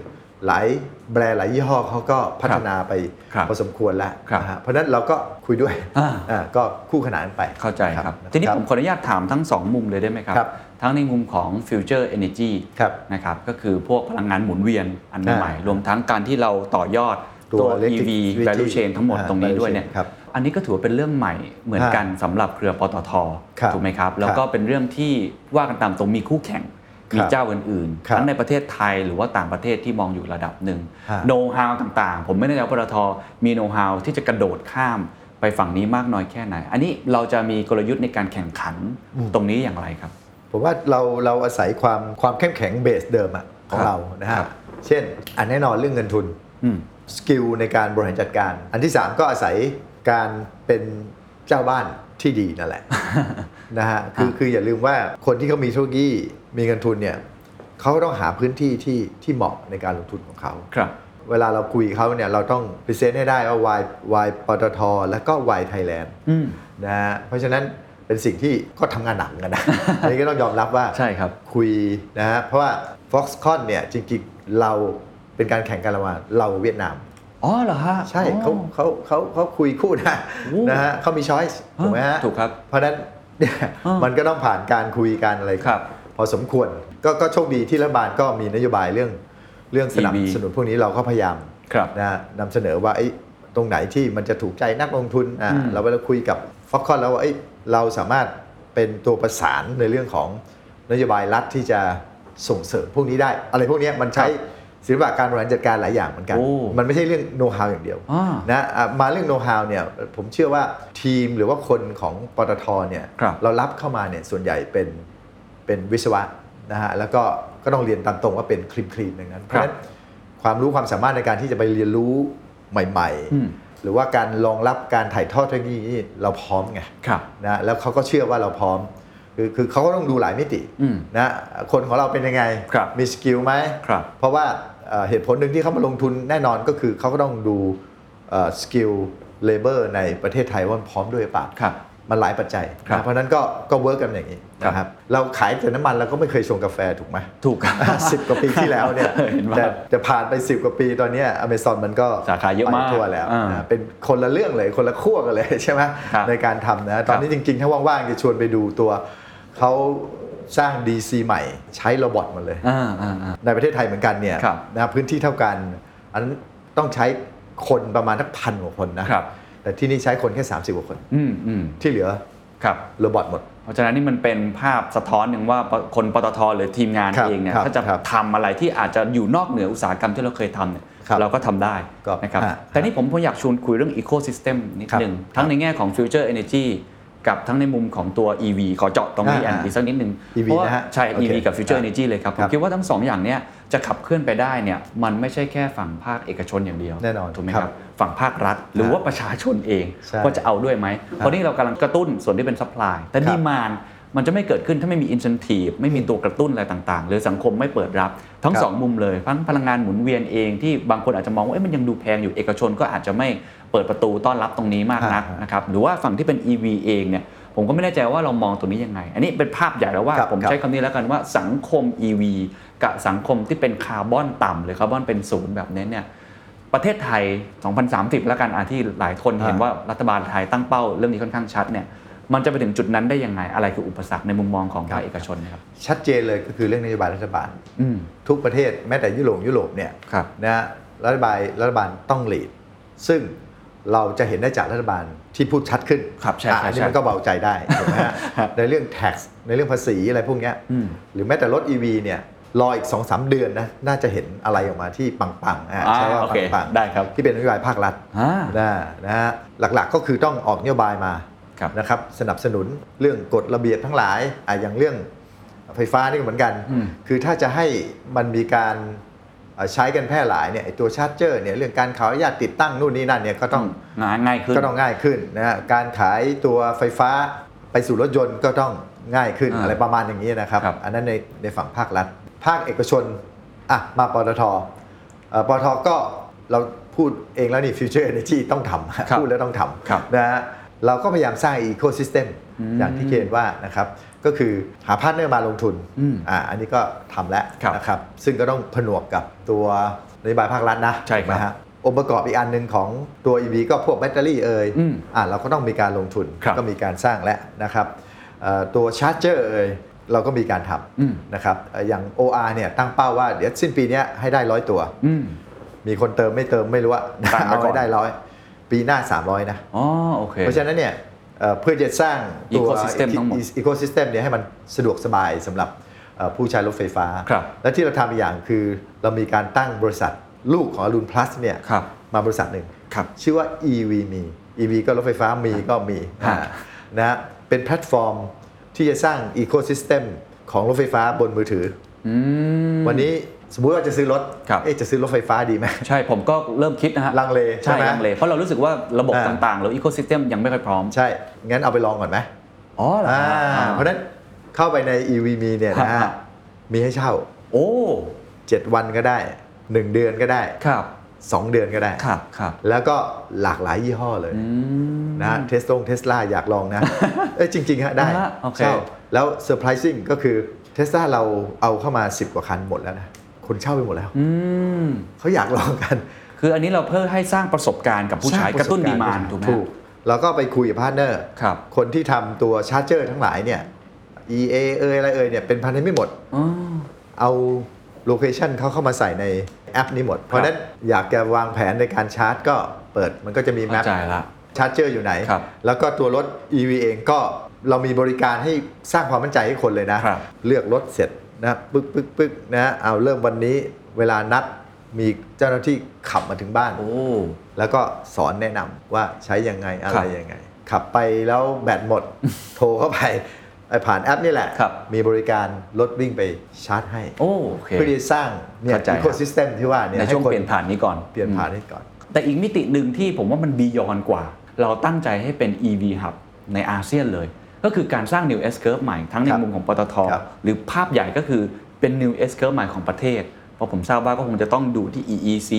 หลายแบรนด์หลายยี่ห้อเขาก็พัฒนาไป ครับ พอสมควรแล้ว ครับ นะฮะเพราะฉะนั้นเราก็คุยด้วย อ่า อ่าก็คู่ขนานไป เข้าใจครับ ทีนี้ ครั ผ บ มขออนุญาตถามทั้ง 2 มุมเลยได้ไหมครับ ครับ ทั้งในมุมของ future energy ครับ นะครับก็คือพวกพลังงานหมุนเวียนอัน อ่า ใหม่รวมทั้งการที่เราต่อยอด ตัว electric EV vehicle value chain ทั้งหมด อ่า ตรงนี้ value ด้วยเนี่ย chain ครับ อันนี้ก็ถือว่าเป็นเรื่องใหม่เหมือนกันสำหรับเครือปตท ครับ ถูกไหมครับ แล้วก็ ครับ เป็นเรื่องที่ว่ากันตามตรงมีคู่แข่ง ครับ มีเจ้าอื่นๆ ครับ ทั้งในประเทศไทยหรือว่าต่างประเทศที่มองอยู่ระดับหนึ่ง ฮะ โน้ตฮาวต่างๆ ผมไม่แน่ใจว่าปตทมีโน้ตฮาวที่จะกระโดดข้ามไปฝั่งนี้มากน้อยแค่ไหน อันนี้เราจะมีกลยุทธ์ในการแข่งขันตรงนี้อย่างไรครับ ผมว่าเราเราอาศัยความความเข้มแข็งเบสเดิมอะของ ครับ เรานะ ครั ฮะ บ เช่น อันแน่นอนเรื่องเงินทุน อืม สกิลในการบริหารจัดการ อันที่ 3 ก็อาศัยการเป็นเจ้าบ้านที่ดีนั่นแห ละ นะฮะคือคืออย่าลืมว่าคนที่เขามีธุรกิจมีเงินทุนเนี่ยเขาต้องหาพื้นที่ที่ที่เหมาะในการลงทุนของเขา ครับ เวลาเราคุยกับเขาเนี่ยเราต้องพรีเซนต์ให้ได้ว่า why why ปตทและก็ why Thailand อืม นะฮะเพราะฉะนั้นเป็นสิ่งที่ก็ทำงานหนักเหมือน กันนะ อันนี้ก็ต้องยอมรับว่า ใช่ครับ คุยนะฮะเพราะว่า Foxconn เนี่ยจริงๆเราเป็นการแข่งกันระหว่างเราเวียดนาม อ๋อเหรอฮะ ใช่ อ๋อ เขาเขาเขาเขาคุยคู่นะ โอ้ นะฮะเขามีช้อยส์ถูฮะกไหมฮะ ถูกครับ เพราะฉะนั้น เนี่ย อ่ามั มันก็ต้องผ่านการคุยกันอะไร ครับ พอสมควรก็ก็โชคดีที่รัฐบาลก็มีนโยบายเรื่องเรื่องสนับ EV สนุนพวกนี้เราก็พยายาม ครับ นะฮะนำเสนอว่าไอ้ตรงไหนที่มันจะถูกใจนักลงทุนอ่ะ อืม เราเวลาคุยกับฟ็อกคอนแล้วว่าเอ้ยเราสามารถเป็นตัวประสานในเรื่องของนโยบายรัฐที่จะส่งเสริมพวกนี้ได้ อะไรพวกเนี้ยมันใช้ศิลปะการบริหารจัดการหลายอย่างเหมือนกัน โอ้ มันไม่ใช่เรื่องโน้ตฮาวอย่างเดียว อ่า นะอ่ะมาเรื่องโน้ตฮาวเนี่ยผมเชื่อว่าทีมหรือว่าคนของปตทเนี่ย ครับ เรารับเข้ามาเนี่ยส่วนใหญ่เป็นเป็นวิศวะนะฮะแล้วก็ก็ต้องเรียนตามตรงว่าเป็นคลีนคลีนดังนั้นเพ ครั ราะฉะบนั้นความรู้ความสามารถในการที่จะไปเรียนรู้ใหม่ อืม ๆ หรือว่าการรองรับการถ่ายทอดเทคโนโลยีเราพร้อมไง ครับ นะแล้วเขาก็เชื่อว่าเราพร้อม คือคือเขาก็ต้องดูหลายมิติ อืม นะคนของเราเป็นยังไง ครับ มีสกิลไหม ครับ เพราะว่าเอ่อเหตุผลหนึ่งที่เขามาลงทุนแน่นอนก็คือเขาก็ต้องดูสกิลเลเบอร์ในประเทศไทยว่ามันพร้อมด้วยหรือเปล่า ครับ มันหลายปัจจัย ครับ นะเพราะฉะนั้นก็ก็เวิร์กกันอย่างนี้ ครับ นะครับเราขายแต่น้ำมันเราก็ไม่เคยชงกาแฟถูกไหม ถู กครับ สิบกว่าปีที่แล้วเนี่ย เห็นว่า แต่แต่ผ่านไปสิบกว่าปีตอนเนี้อเมซอนมันก็ สาขาเยอะมาก ไปทั่วแล้ว อ่า นะเป็นคนละเรื่องเลยคนละขั้วกันเลย ใช่ไหม ครับ ในการทำนะตอนนี้จริงๆ ถ้าว่างๆ จะชวนไปดูตัวเขาสร้าง DC ใหม่ใช้โรบอทหมดเลย อ่าอ่าอ่า ในประเทศไทยเหมือนกันเนี่ย ครับ นะพื้นที่เท่ากัน อันนั้นต้องใช้คนประมาณทักพันกว่าคนนะครับ แต่ที่นี่ใช้คนแค่ 30กว่าคน อืมอืม ที่เหลือ ครับ โรบอทหมด เพราะฉะนั้นนี่มันเป็นภาพสะท้อนหนึ่งว่าปะคนปตทหรือทีมงาน ครับ เองเนี่ย ครับ ถ้าจะ ครับ ทำอะไรที่อาจจะอยู่นอกเหนืออุตสาหกรรมที่เราเคยทำเนี่ย ครับ เราก็ทำได้ ก็ นะครับ ฮะ แต่นี่ผมผมอยากชวนคุยเรื่อง Ecosystem นิด ครับ หนึ่งทั้งในแง่ของ Future Energy กับทั้งในมุมของตัว EV ขอเจาะตรงนี้ อ่า อันอีกสักนิดหนึ่ง EV เพราะว่า นะฮะ ใช่ โอเค EV กับ Future อ่า Energy เลยครับคผรั ม บ คิดว่าทั้งสองอย่างเนี่ยจะขับเคลื่อนไปได้เนี่ยมันไม่ใช่แค่ฝั่งภาคเอกชนอย่างเดียว แน่นอน ถูกไหม ค ค รั รั บบ ฝั่งภาครัฐ หรือว่าประชาชนเอง ใช่ ว่าจะเอาด้วยไหมเพราะนี่เรากำลังกระตุ้นส่วนที่เป็น supply แต่ ครับ ดีมานมันจะไม่เกิดขึ้นถ้าไม่มี incentive ไม่มีตัวกระตุ้นอะไรต่างๆ หรือสังคมไม่เปิดรับ ทั้ง ครับ สองมุมเลยทั้งพลังงานหมุนเวียนเองที่บางคนอาจจะมองว่าเอ๊ะมันยังดูแพงอยู่เอกชนก็อาจจะไม่เปิดประตูต้อนรับตรงนี้มากนัก ฮะฮะ นะครับหรือว่าฝั่งที่เป็น EV เองเนี่ยผมก็ไม่แน่ใจว่าเรามองตรงนี้ยังไง อันนี้เป็นภาพใหญ่แล้วว่า ครับ ผม ครับ ใช้คำนี้แล้วกันว่าสังคม EV กับสังคมที่เป็นคาร์บอนต่ำหรือคาร์บอนเป็นศูนย์แบบนี้เนี่ยประเทศไทย 2030 แล้วกันอาที่หลายคนเห็น อ่า ว่า รัฐบาลไทยตั้งเป้าเรื่องนี้ค่อนข้างชัดเนี่ย มันจะไปถึงจุดนั้นได้ยังไง อะไรคืออุปสรรคในมุมมองของภาคเอกชนนะครับ ชัดเจนเลยก็คือเรื่องนโยบายรัฐบาล อืม ทุกประเทศแม้แต่ยุโรปยุโรปเนี่ย ครับ นะฮะรัฐบาลรัฐบาลต้องหลีด ซึ่งเราจะเห็นได้จากรัฐบาลที่พูดชัดขึ้น ครับใช่ อ่ะ ใช่ อันนี้ ใช่ มันก็เบาใจได้ถูกไหม ฮะในเรื่อง tax ในเรื่องภาษีอะไรพวกเนี้ย อืม หรือแม้แต่รถ EV เนี่ยรออีก2อสเดือนนะน่าจะเห็นอะไรออกมาที่ปังๆอ่ะ อ่า ใช่ว่า โอเค ปังๆ ได้ครับ ที่เป็นนโยบายภาครัฐ อ่า นะนะฮะหลักๆก็คือต้องออกนโยบายมา ครับ นะครับสนับสนุนเรื่องกฎระเบียบทั้งหลายอ่ะอย่างเรื่อง ไฟฟ้านี่ก็เหมือนกัน อืม คือถ้าจะให้มันมีการเอ่อใช้กันแพร่หลายเนี่ยไอ้ตัวชาร์จเจอร์เนี่ยเรื่องการขออนุญาตติดตั้งนู่นนี่นั่นเนี่ยก็ต้อง งานง่ายขึ้น ก็ต้องง่ายขึ้นนะฮะการขายตัวไฟฟ้าไปสู่รถยนต์ก็ต้องง่ายขึ้น อ่า อะไรประมาณอย่างนี้นะครับ ครับ อันนั้นในในฝั่งภาครัฐ ภาคเอกชนอ่ะมาปตทเอ่อปตทก็เราพูดเองแล้วนี่ Future Energy ต้องท ครับ ำพูดแล้วต้องท ครับ ำนะฮะเราก็พยายามสร้าง Ecosystem อย่างที่เคนว่านะครับก็คือหาพาร์ทเนอร์มาลงทุน อืม อ่าอันนี้ก็ทำแล้ว ครับ นะครับ ซึ่งก็ต้องผนวกกับตัวน นโยบายภาครัฐนะ ใช่ครับ นะฮะองค์ประกอบอีกอันหนึ่งของตัว EV ก็พวกแบตเตอรี่เอ่ย อืม อ่าเราก็ต้องมีการลงทุน ครับ ก็มีการสร้างแล้วนะครับเอ่อตัวชาร์จเจอร์เอ่ยเราก็มีการท อืม ำนะครับเอ่ออย่าง OR เนี่ยตั้งเป้าว่าเดี๋ยวสิ้นปีเนี้ยให้ได้ร้อยตัว อืม มีคนเติมไม่เติมไม่รู้ ว่า ตั้งไว้ เอา ก่อ ให้ น ได้ร้อยปีหน้า 300 นะ อ๋อโอเค เพราะฉะนั้นเนี่ยเอ่อเพื่อจะสร้างตัว Ecosystem ทั้งหมด อีโคซิสเต็มเนี่ยให้มันสะดวกสบายสำหรับเอ่อผู้ใช้รถไฟฟ้า ครับ และที่เราทำอีกอย่างคือเรามีการตั้งบริษัทลูกของอรุณพลัสเนี่ย ครับ มาบริษัทหนึ่ง ครับ ชื่อว่า EV มี EV ก็รถไฟฟ้ามีก็มี ฮะ อ่านะฮะเป็นแพลตฟอร์มที่จะสร้างอีโคซิสเต็มของรถไฟฟ้าบนมือถือ อืม อวันนี้สมมุติว่าจะซื้อรถ ครับ เอ๊ะจะซื้อรถไฟฟ้าดีไหม ใช่ผมก็เริ่มคิดนะฮะ ลังเลใช่ ใช่ ไหม ลังเลเพราะเรารู้สึกว่าระบบ อ่า ต่างๆหรืออีโคซิสเต็มยังไม่ค่อยพร้อม ใช่ งั้นเอาไปลองก่อนไหม อ๋อเหรอ อ่า ฮะอ่ เพราะฉะนั้นเข้าไปใน EVM เนี่ยนะ ครั ฮะ บ มีให้เช่า โอ้ 7 วันก็ได้ 1 เดือนก็ได้ ครับ 2 เดือนก็ได้ ครับครับ แล้วก็หลากหลายยี่ห้อเลย อืม นะฮะเทสลงเทสลาอยากลอง นะ เอ้ยจริง ๆ ฮะ ได้ อ่าฮะโอเค เช่าแล้วเซอร์ไพรซิ่งก็คือเทสลาเราเอาเข้ามา 10 กว่าคันหมดแล้วนะ คนเช่าไปหมดแล้ว อืม เขาอยากลองกัน คืออันนี้เราเพื่อให้สร้างประสบการณ์กับผู้ใช้ สาง กระตุ้น ป ดี สบ มาก น รณ์ ถูกไหม ถูกแล้วก็ไปคุยกับพาร์ทเนอร์ ครับ คนที่ทำตัวชาร์จเจอร์ทั้งหลายเนี่ย EA เอยอะไรเอยเนี่ยเป็นพันธมิตรหมด อ๋อ เอาโลเคชันเขาเข้ามาใส่ในแอปนี้หมด เพราะฉะนั้นอยากจะวางแผนในการชาร์จก็เปิดมันก็จะมีแมป เข้าใจละ ชาร์จเจอร์อยู่ไหน ครับ แล้วก็ตัวรถ EV เองก็เรามีบริการให้สร้างความมั่นใจให้คนเลยนะ ครับ เลือกรถเสร็จนะปึ๊กปึ๊กปึ๊กนะเอาเริ่มวันนี้เวลานัดมีเจ้าหน้าที่ขับมาถึงบ้าน โอ้ แล้วก็สอนแนะนำว่าใช้ยังไงอะ ครั ไร บ ยังไง ขับไปแล้วแบตหม ด โทรเข้าไปไอ้ผ่านแอปนี่แหละ ครับ มีบริการรถวิ่งไปชาร์จให้ โอ้โอเค เพื่อที่จะสร้างเนี่ย เข้าใจครับ อีโคซิสเต็มที่ว่าเนี่ย ในช่วง ให้ค เปลี่ยนผ่านนี้ก่อน เปลี่ยนผ่าน อืม ให้ก่อน แต่อีกมิติหนึ่งที่ผมว่ามันบียอนกว่า เราตั้งใจให้เป็น EV Hub ในอาเซียนเลย ก็คือการสร้าง New S Curve ใหม่ทั้งใน ครับ มุมของปตท ครับ หรือภาพใหญ่ก็คือเป็น New S Curve ใหม่ของประเทศ เพราะผมทราบว่าก็คงจะต้องดูที่ EEC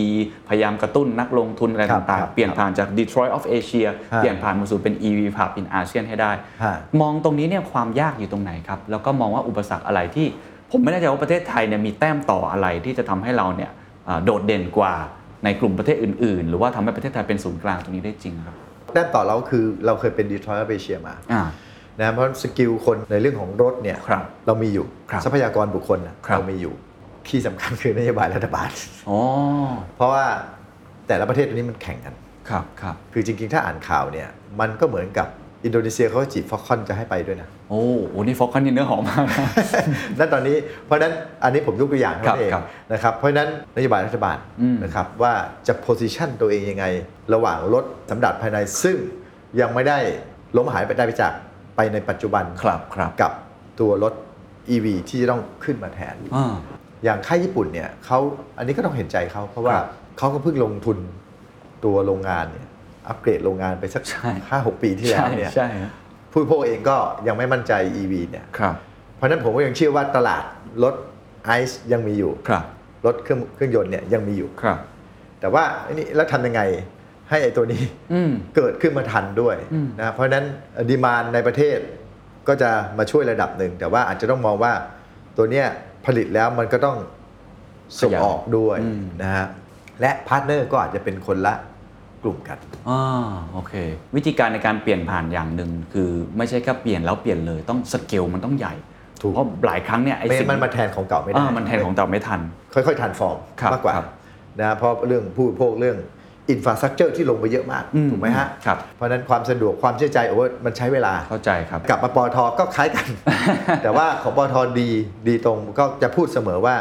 พยายามกระตุ้นนักลงทุนอะไร ครับ ต่าง ครับ ๆ เปลี่ยนผ่านจาก Detroit of Asia ฮะ เปลี่ยนผ่านมาสู่เป็น EV Hub in ASEAN ให้ได้ ฮะ มองตรงนี้เนี่ยความยากอยู่ตรงไหนครับ แล้วก็มองว่าอุปสรรคอะไรที่ ผมไม่แน่ใจว่าประเทศไทยเนี่ยมีแต้มต่ออะไรที่จะทำให้เราเนี่ยเอ่อโดดเด่นกว่าในกลุ่มประเทศอื่น ๆ หรือว่าทำให้ประเทศไทยเป็นศูนย์กลางตรงนี้ได้จริงครับ แต้มต่อเราคือเราเคยเป็นดีทรอยต์เอเชียมา อ่า นะเพราะสกิลคนในเรื่องของรถเนี่ย ครับ เรามีอยู่ ครับ ทรัพยากรบุคคลน่ะ ครับ เรามีอยู่ที่สำคัญคือนโยบายรัฐบาล อ๋อ เพราะว่าแต่ละประเทศตัวนี้มันแข่งกัน ครับครับ คือจริงๆ ถ้าอ่านข่าวเนี่ยมันก็เหมือนกับอินโดนีเซียเขาก็จีบฟอกคอนจะให้ไปด้วยนะ โอ้โหนี่ฟอกคันนี่เนื้อหอมมาก นั่นตอนนี้เพราะฉะนั้นอันนี้ผมยกตัวอย่างเท่านั้นเอง ครับ นะครับเพราะฉะนั้นนโยบายรัฐบาล อืม นะครับว่าจะ position ตัวเองยังไง ระหว่างรถสำดัดภายในซึ่งยังไม่ได้ล้มหายไปได้ไปจากไปในปัจจุบัน ครับครับ กับตัวรถ EV ที่จะต้องขึ้นมาแทน อ่า อย่างค่ายญี่ปุ่นเนี่ยเขาอันนี้ก็ต้องเห็นใจเขาเพราะว่า ครับ เขาก็เพิ่งลงทุนตัวโรงงานเนี่ยอัปเกรดโรงงานไปสัก ใช่ ห้าหกปีที่แล้ ใช่ วเนี่ย ใช่ฮะ ผู้บริโภคเองก็ยังไม่มั่นใจ EV เนี่ย ครับ เพราะฉะนั้นผมก็ยังเชื่อว่าตลาดรถไอซ์ยังมีอยู่ ครับ รถเครื่องเครื่องยนต์เนี่ยยังมีอยู่ ครับ แต่ว่าไอ้นี่แล้วทำยังไงให้ไอ้ตัวนี้ อืม เกิดขึ้นมาทันด้วย อืม นะเพราะฉะนั้นดีมานในประเทศก็จะมาช่วยระดับหนึ่ง แต่ว่าอาจจะต้องมองว่าตัวเนี้ยผลิตแล้วมันก็ต้องส่งออกด้วยนะฮะและพาร์ทเนอร์ก็อาจจะเป็นคนละกลุ่มกัน อ่าโอเค วิธีการในการเปลี่ยนผ่านอย่างหนึ่งคือไม่ใช่แค่เปลี่ยนแล้วเปลี่ยนเลยต้องสเกลมันต้องใหญ่ ถูก เพราะหลายครั้งเนี่ยไอ้ ไม่ สิ่ง มันมาแทนของเก่าไม่ได้ อ่ามันแทนของเต่าไม่ทัน ค่อยๆ ทันฟอร์ม ครับ มากกว่า ครับ นะเพราะเรื่องผู้บริโภคเรื่องอินฟ a า t r u ั t เจอร์ที่ลงไปเยอะมาก อืม ถูกไหมฮะ ครับ เพราะฉะนั้นความสะดวกความเชื่อใจโอ้ยมันใช้เวลา เข้าใจครับ กลับมาปอทก็คล้ายกัน แต่ว่าของปอทดีดีตรงก็จะพูดเสมอว่า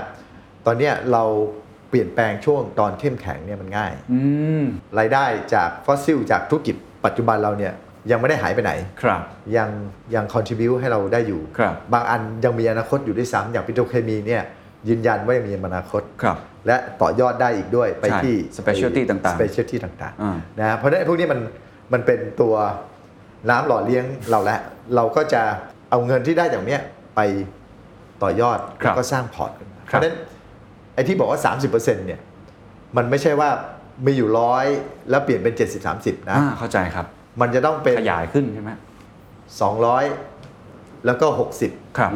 ตอนเนี้ยเราเปลี่ยนแปลงช่วงตอนเข้มแข็งเนี่ยมันง่าย อืม รายได้จากฟอสซิลจากธุรกิจปัจจุบันเราเนี่ยยังไม่ได้หายไปไหน ครับ ยังยังคอนทริบิวให้เราได้อยู่ ครับ บางอันยังมีอนาคตอยู่ด้วยซ้ำอย่างปิโตรเคมีเนี่ยยืนยันว่ายังมีอนาคต ครับ และต่อยอดได้อีกด้วยไป ใช่ ที่ specialty ต่างๆ สเปเชียลตี้ต่าง อ่า ๆนะเพราะฉะนั้นพวกนี้มันมันเป็นตัวน้ำหล่อเลี้ยงเราแล้วเราก็จะเอาเงินที่ได้จากเนี้ยไปต่อยอด ครั แล้ บ วก็สร้างพอร์ตกันมา ค เพ รับ ราะฉะนั้นไอ้ที่บอกว่า 30%เนี่ยมันไม่ใช่ว่ามีอยู่ร้อยแล้วเปลี่ยนเป็น 70 30 นะ อ่าเข้าใจครับ มันจะต้องเป็น ขยายขึ้นใช่ไหม 200 แล้วก็ 60 ครับ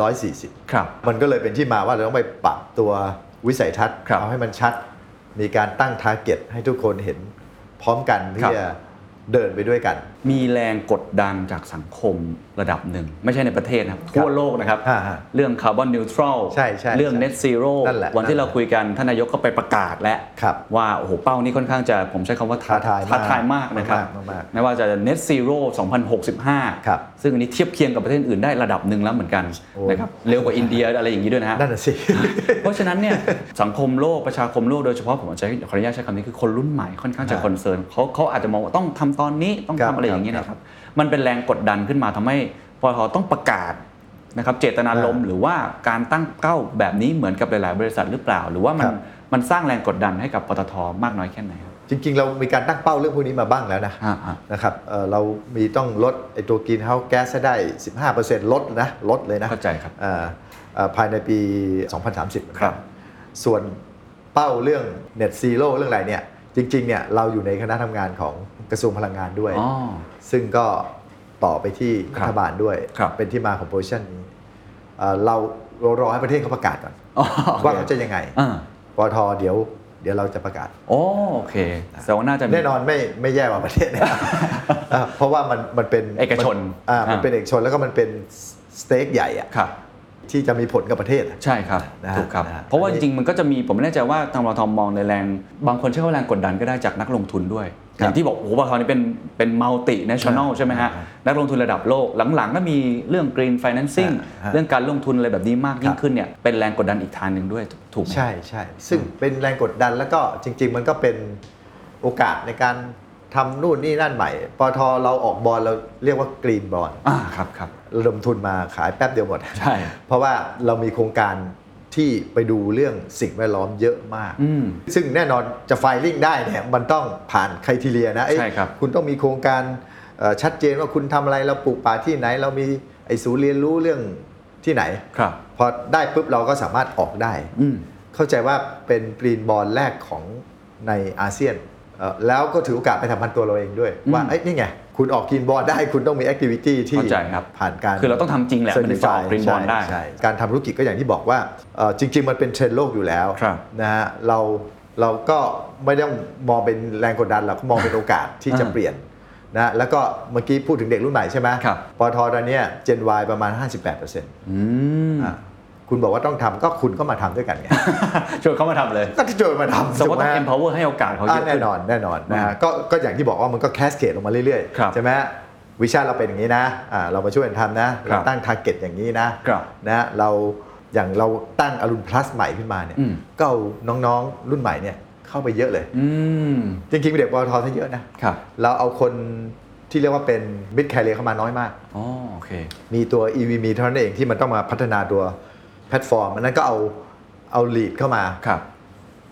140 ครับ มันก็เลยเป็นที่มาว่าเราต้องไปปรับตัววิสัยทัศน์ ครับ เอาให้มันชัด มีการตั้งทาร์เก็ตให้ทุกคนเห็นพร้อมกัน ครั เพื่ บ อเดินไปด้วยกัน มีแรงกดดันจากสังคมระดับหนึ่ง ไม่ใช่ในประเทศนะครับทั่วโลกนะครับ อ่าฮะ เรื่องคาร์บอนนิวทรัล ใช่ใช่ เรื่อง Net Zero นั่นแหละ วันที่เรา นั่นแหละ คุยกันท่านนายกก็ไปประกาศแล้ว ครับ ว่าโอ้โหเป้านี้ค่อนข้างจะผมใช้คำว่า ท้าทาย ท้าทาย มาม าก กนะครับ มากมาก ไม่ว่าจะ Net Zero 2065 ครับ ซึ่งอันนี้เทียบเคียงกับประเทศอื่นได้ระดับหนึ่งแล้วเหมือนกัน โอ้ นะครับเร็วกว่าอินเดียอะไรอย่างนี้ด้วยนะฮะ นั่นน่ะสิ เพราะฉะนั้นเนี่ยสังคมโลกประชาคมโลกโดยเฉพาะผมใช้ขออนุญาตใช้คำนี้คือคนรุ่นใหม่ค่อนข้างคจะรับ คอนเซิร์นเขาเขาอาจจะมองว่าต้องทำตอนนี้ต้อง ครั ทำ บ อะไรอย่างนี้ ครับ นะครับ มันเป็นแรงกดดันขึ้นมาทำให้พอทต้องประกาศนะครับเจตนารมณ์ อ่า หรือว่าการตั้งเป้าแบบนี้เหมือนกับหลาย ๆ บริษัทหรือเปล่า หรือว่ามัน ครับ มันสร้างแรงกดดันให้กับปตทมากน้อยแค่ไหนครับ จริง ๆ เรามีการตั้งเป้าเรื่องพวกนี้มาบ้างแล้วนะ อ่าอ่า นะครับเอ่อเรามีต้องลดไอตัวกรีนเฮาส์แก๊สให้ได้ 15%ลดนะลดเลยนะ เข้าใจครับ อ่าอ่าภายในปี 2030 ครับ ส่วนเป้าเรื่อง Net Zero เรื่องอะไรเนี่ย จริง ๆ เนี่ยเราอยู่ในคณะทำงานของกระทรวงพลังงานด้วย อ๋อ ซึ่งก็ต่อไปที่ ค รั รับ ฐบาลด้วย ครับ เป็นที่มาของโพ i ชันนี้เอ่อเราเรารอให้ประเทศเขาประกาศก่อน อ๋อ ว่าเขาจะยังไง อ่า ปตทเดี๋ยวเดี๋ยวเราจะประกาศ โอเคแสดงว่าน่าจะมี แน่นอนไม่ไม่แย่กว่าประเทศ แน่นอนอ่ะเพราะว่ามันมันเป็น เอกชน มัอ่ามันเป็น อ่า เอกชนแล้วก็มันเป็นสเต็กใหญ่อะ ครับ ที่จะมีผลกับประเทศอะ ใช่ครับ นะฮะ ถูกครับ นะฮะ เพราะว่า อัน จ นี้ ริงๆมันก็จะมีผมไม่แน่ใจว่าทางปตทมองในแรง บางคนใช้คำว่าแรงกดดันก็ได้จากนักลงทุนด้วย ครับ อย่างที่บอกโอ้โหปตทนี่เป็นเป็นมัลติเนชั่นแนลใช่ไหมฮะ นักลงทุนระดับโลกหลังๆ ก็มีเรื่อง Green Financing ฮะ เรื่องการลงทุนอะไรแบบนี้มากยิ่งขึ้นเนี่ยเป็นแรงกดดันอีกทางหนึ่งด้วยถูกไหม ใช่ใช่ซึ่งเป็นแรงกดดันแล้วก็จริง ๆ มันก็เป็นโอกาสในการทำนู่นนี่นั่นใหม่ปตทเราออกบอลเราเรียกว่ากรีนบอล อ่าครับครับ ระดมทุนมาขายแป๊บเดียว หมด ใช่ เพราะว่าเรามีโครงการที่ไปดูเรื่องสิ่งแวดล้อมเยอะมาก อืม ซึ่งแน่นอนจะไฟลิ่งได้เนี่ยมันต้องผ่านใครทีเรียนะเอ้ย ใช่ครับ คุณต้องมีโครงการเอ่อชัดเจนว่าคุณทำอะไรเราปลูกป่าที่ไหน เรามีไอศูนย์เรียนรู้เรื่องที่ไหน ครับ พอได้ปุ๊บเราก็สามารถออกได้ อืม เข้าใจว่าเป็นกรีนบอลแรกของในอาเซียนเอ่อแล้วก็ถือโอกาสไปทำพันตัวเราเองด้วย อืม ว่าเอ้ยนี่ไง คุณออกกรีนบอลได้คุณต้องมีแอคทิวิตี้ที่ เข้าใจครับ ผ่านการ คือเราต้องทำจริงแหละมันถึงจะออก certify green bond ใช่ ได้ ใช่การทำธุรกิจก็อย่างที่บอกว่าเอ่อจริง ๆ มันเป็นเทรนด์โลกอยู่แล้ว ครับ นะฮะเราเราก็ไม่ต้องมองเป็นแรงกดดันเราก็มองเป็นโอกาสที่จะ อ่า เปลี่ยนนะแล้วก็เมื่อกี้พูดถึงเด็กรุ่นใหม่ใช่ไหม ครับ ปตทตอนเนี้ย Gen Y ประมาณ 58% อืม อ่ะคุณบอกว่าต้องทำก็คุณก็มาทำด้วยกันไง ชวนเขามาทำเลย ก็จะโจรมาทำ สมมติว่าต้อง ถูกไห empower ให้โอกาสเขาเย อ่า อะ แน่ ขึ้น นอนแน่นอนนะ อื ฮะ ม ก็ก็อย่างที่บอกว่ามันก็แคสเกตลงมาเรื่อย ครับ ๆ ใช่ไหมวิชาเราเป็นอย่างนี้นะอ่าเรามาช่วยกันทำนะ ครั เรา บ ตั้งทาร์เก็ตอย่างนี้นะครับ นะเราอย่างเราตั้งอรุณพลัสใหม่ขึ้นมาเนี่ย อืม ก็เอาน้องๆรุ่นใหม่เนี่ยเข้าไปเยอะเลย อืม จริงๆเด็กปตทซะเยอะนะครับ เราเอาคนที่เรียกว่าเป็นมิดแคเรียเข้ามาน้อยมาก อ๋อโอเค มีตัว EV มีเท่านั้นเองที่มันต้องมาพัฒนาตัวแพลตฟอร์มอันนั้นก็เอาเอาลีดเข้ามา ครับ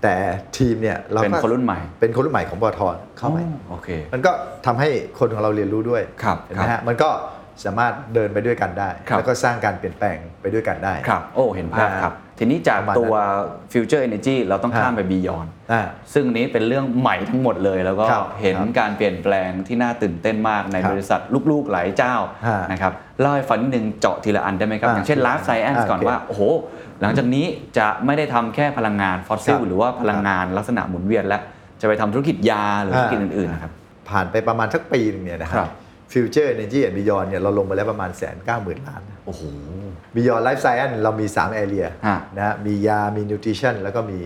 แต่ทีมเนี่ยเราก็ เป็นคนรุ่นใหม่ เป็นคนรุ่นใหม่ของปตทเข้าไป อ๋อโอเค มันก็ทำให้คนของเราเรียนรู้ด้วย ครับ เห็นไหมฮะมันก็สามารถเดินไปด้วยกันได้ ครับ แล้วก็สร้างการเปลี่ยนแปลงไปด้วยกันได้ ครับ โอ้ เห็นภาพ อ่า ครับ ทีนี้จากตัว Future Energy เราต้องข้าม อ่า ไป Beyond อ่า ซึ่งนี้เป็นเรื่องใหม่ทั้งหมดเลย แล้วก็ ครับ เห็น ครับ การเปลี่ยนแปลงที่น่าตื่นเต้นมากใน ครับ บริษัทลูกๆหลายเจ้า ฮะ นะครับเล่าให้ฟังนิดนึงเจาะทีละอันได้ไหมครับ อ่า อย่างเช่น Life Science อ่า ก่อน โอเค ว่า โอ้โห หลังจากนี้จะไม่ได้ทำแค่พลังงานฟอสซิล ครับ หรือว่าพลังงานลักษณะหมุนเวียนแล้ว จะไปทำธุรกิจยาหรือธุรกิจ อ่า อื่นๆนะครับ ผ่านไปประมาณสักปีหนึงเนี่ยนะค ครั รับ บฟิวเจอร์เอเนจีแอนด์บิยอนเนี่ยเราลงไปแล้วประมาณแสนเก้าหมื่นล้าน โอ้โห บิยอนไลฟ์ไซแอนเรามี3 a อเรีย ฮะ นะฮะมียา มีนิวทริชั่นแล้วก็มี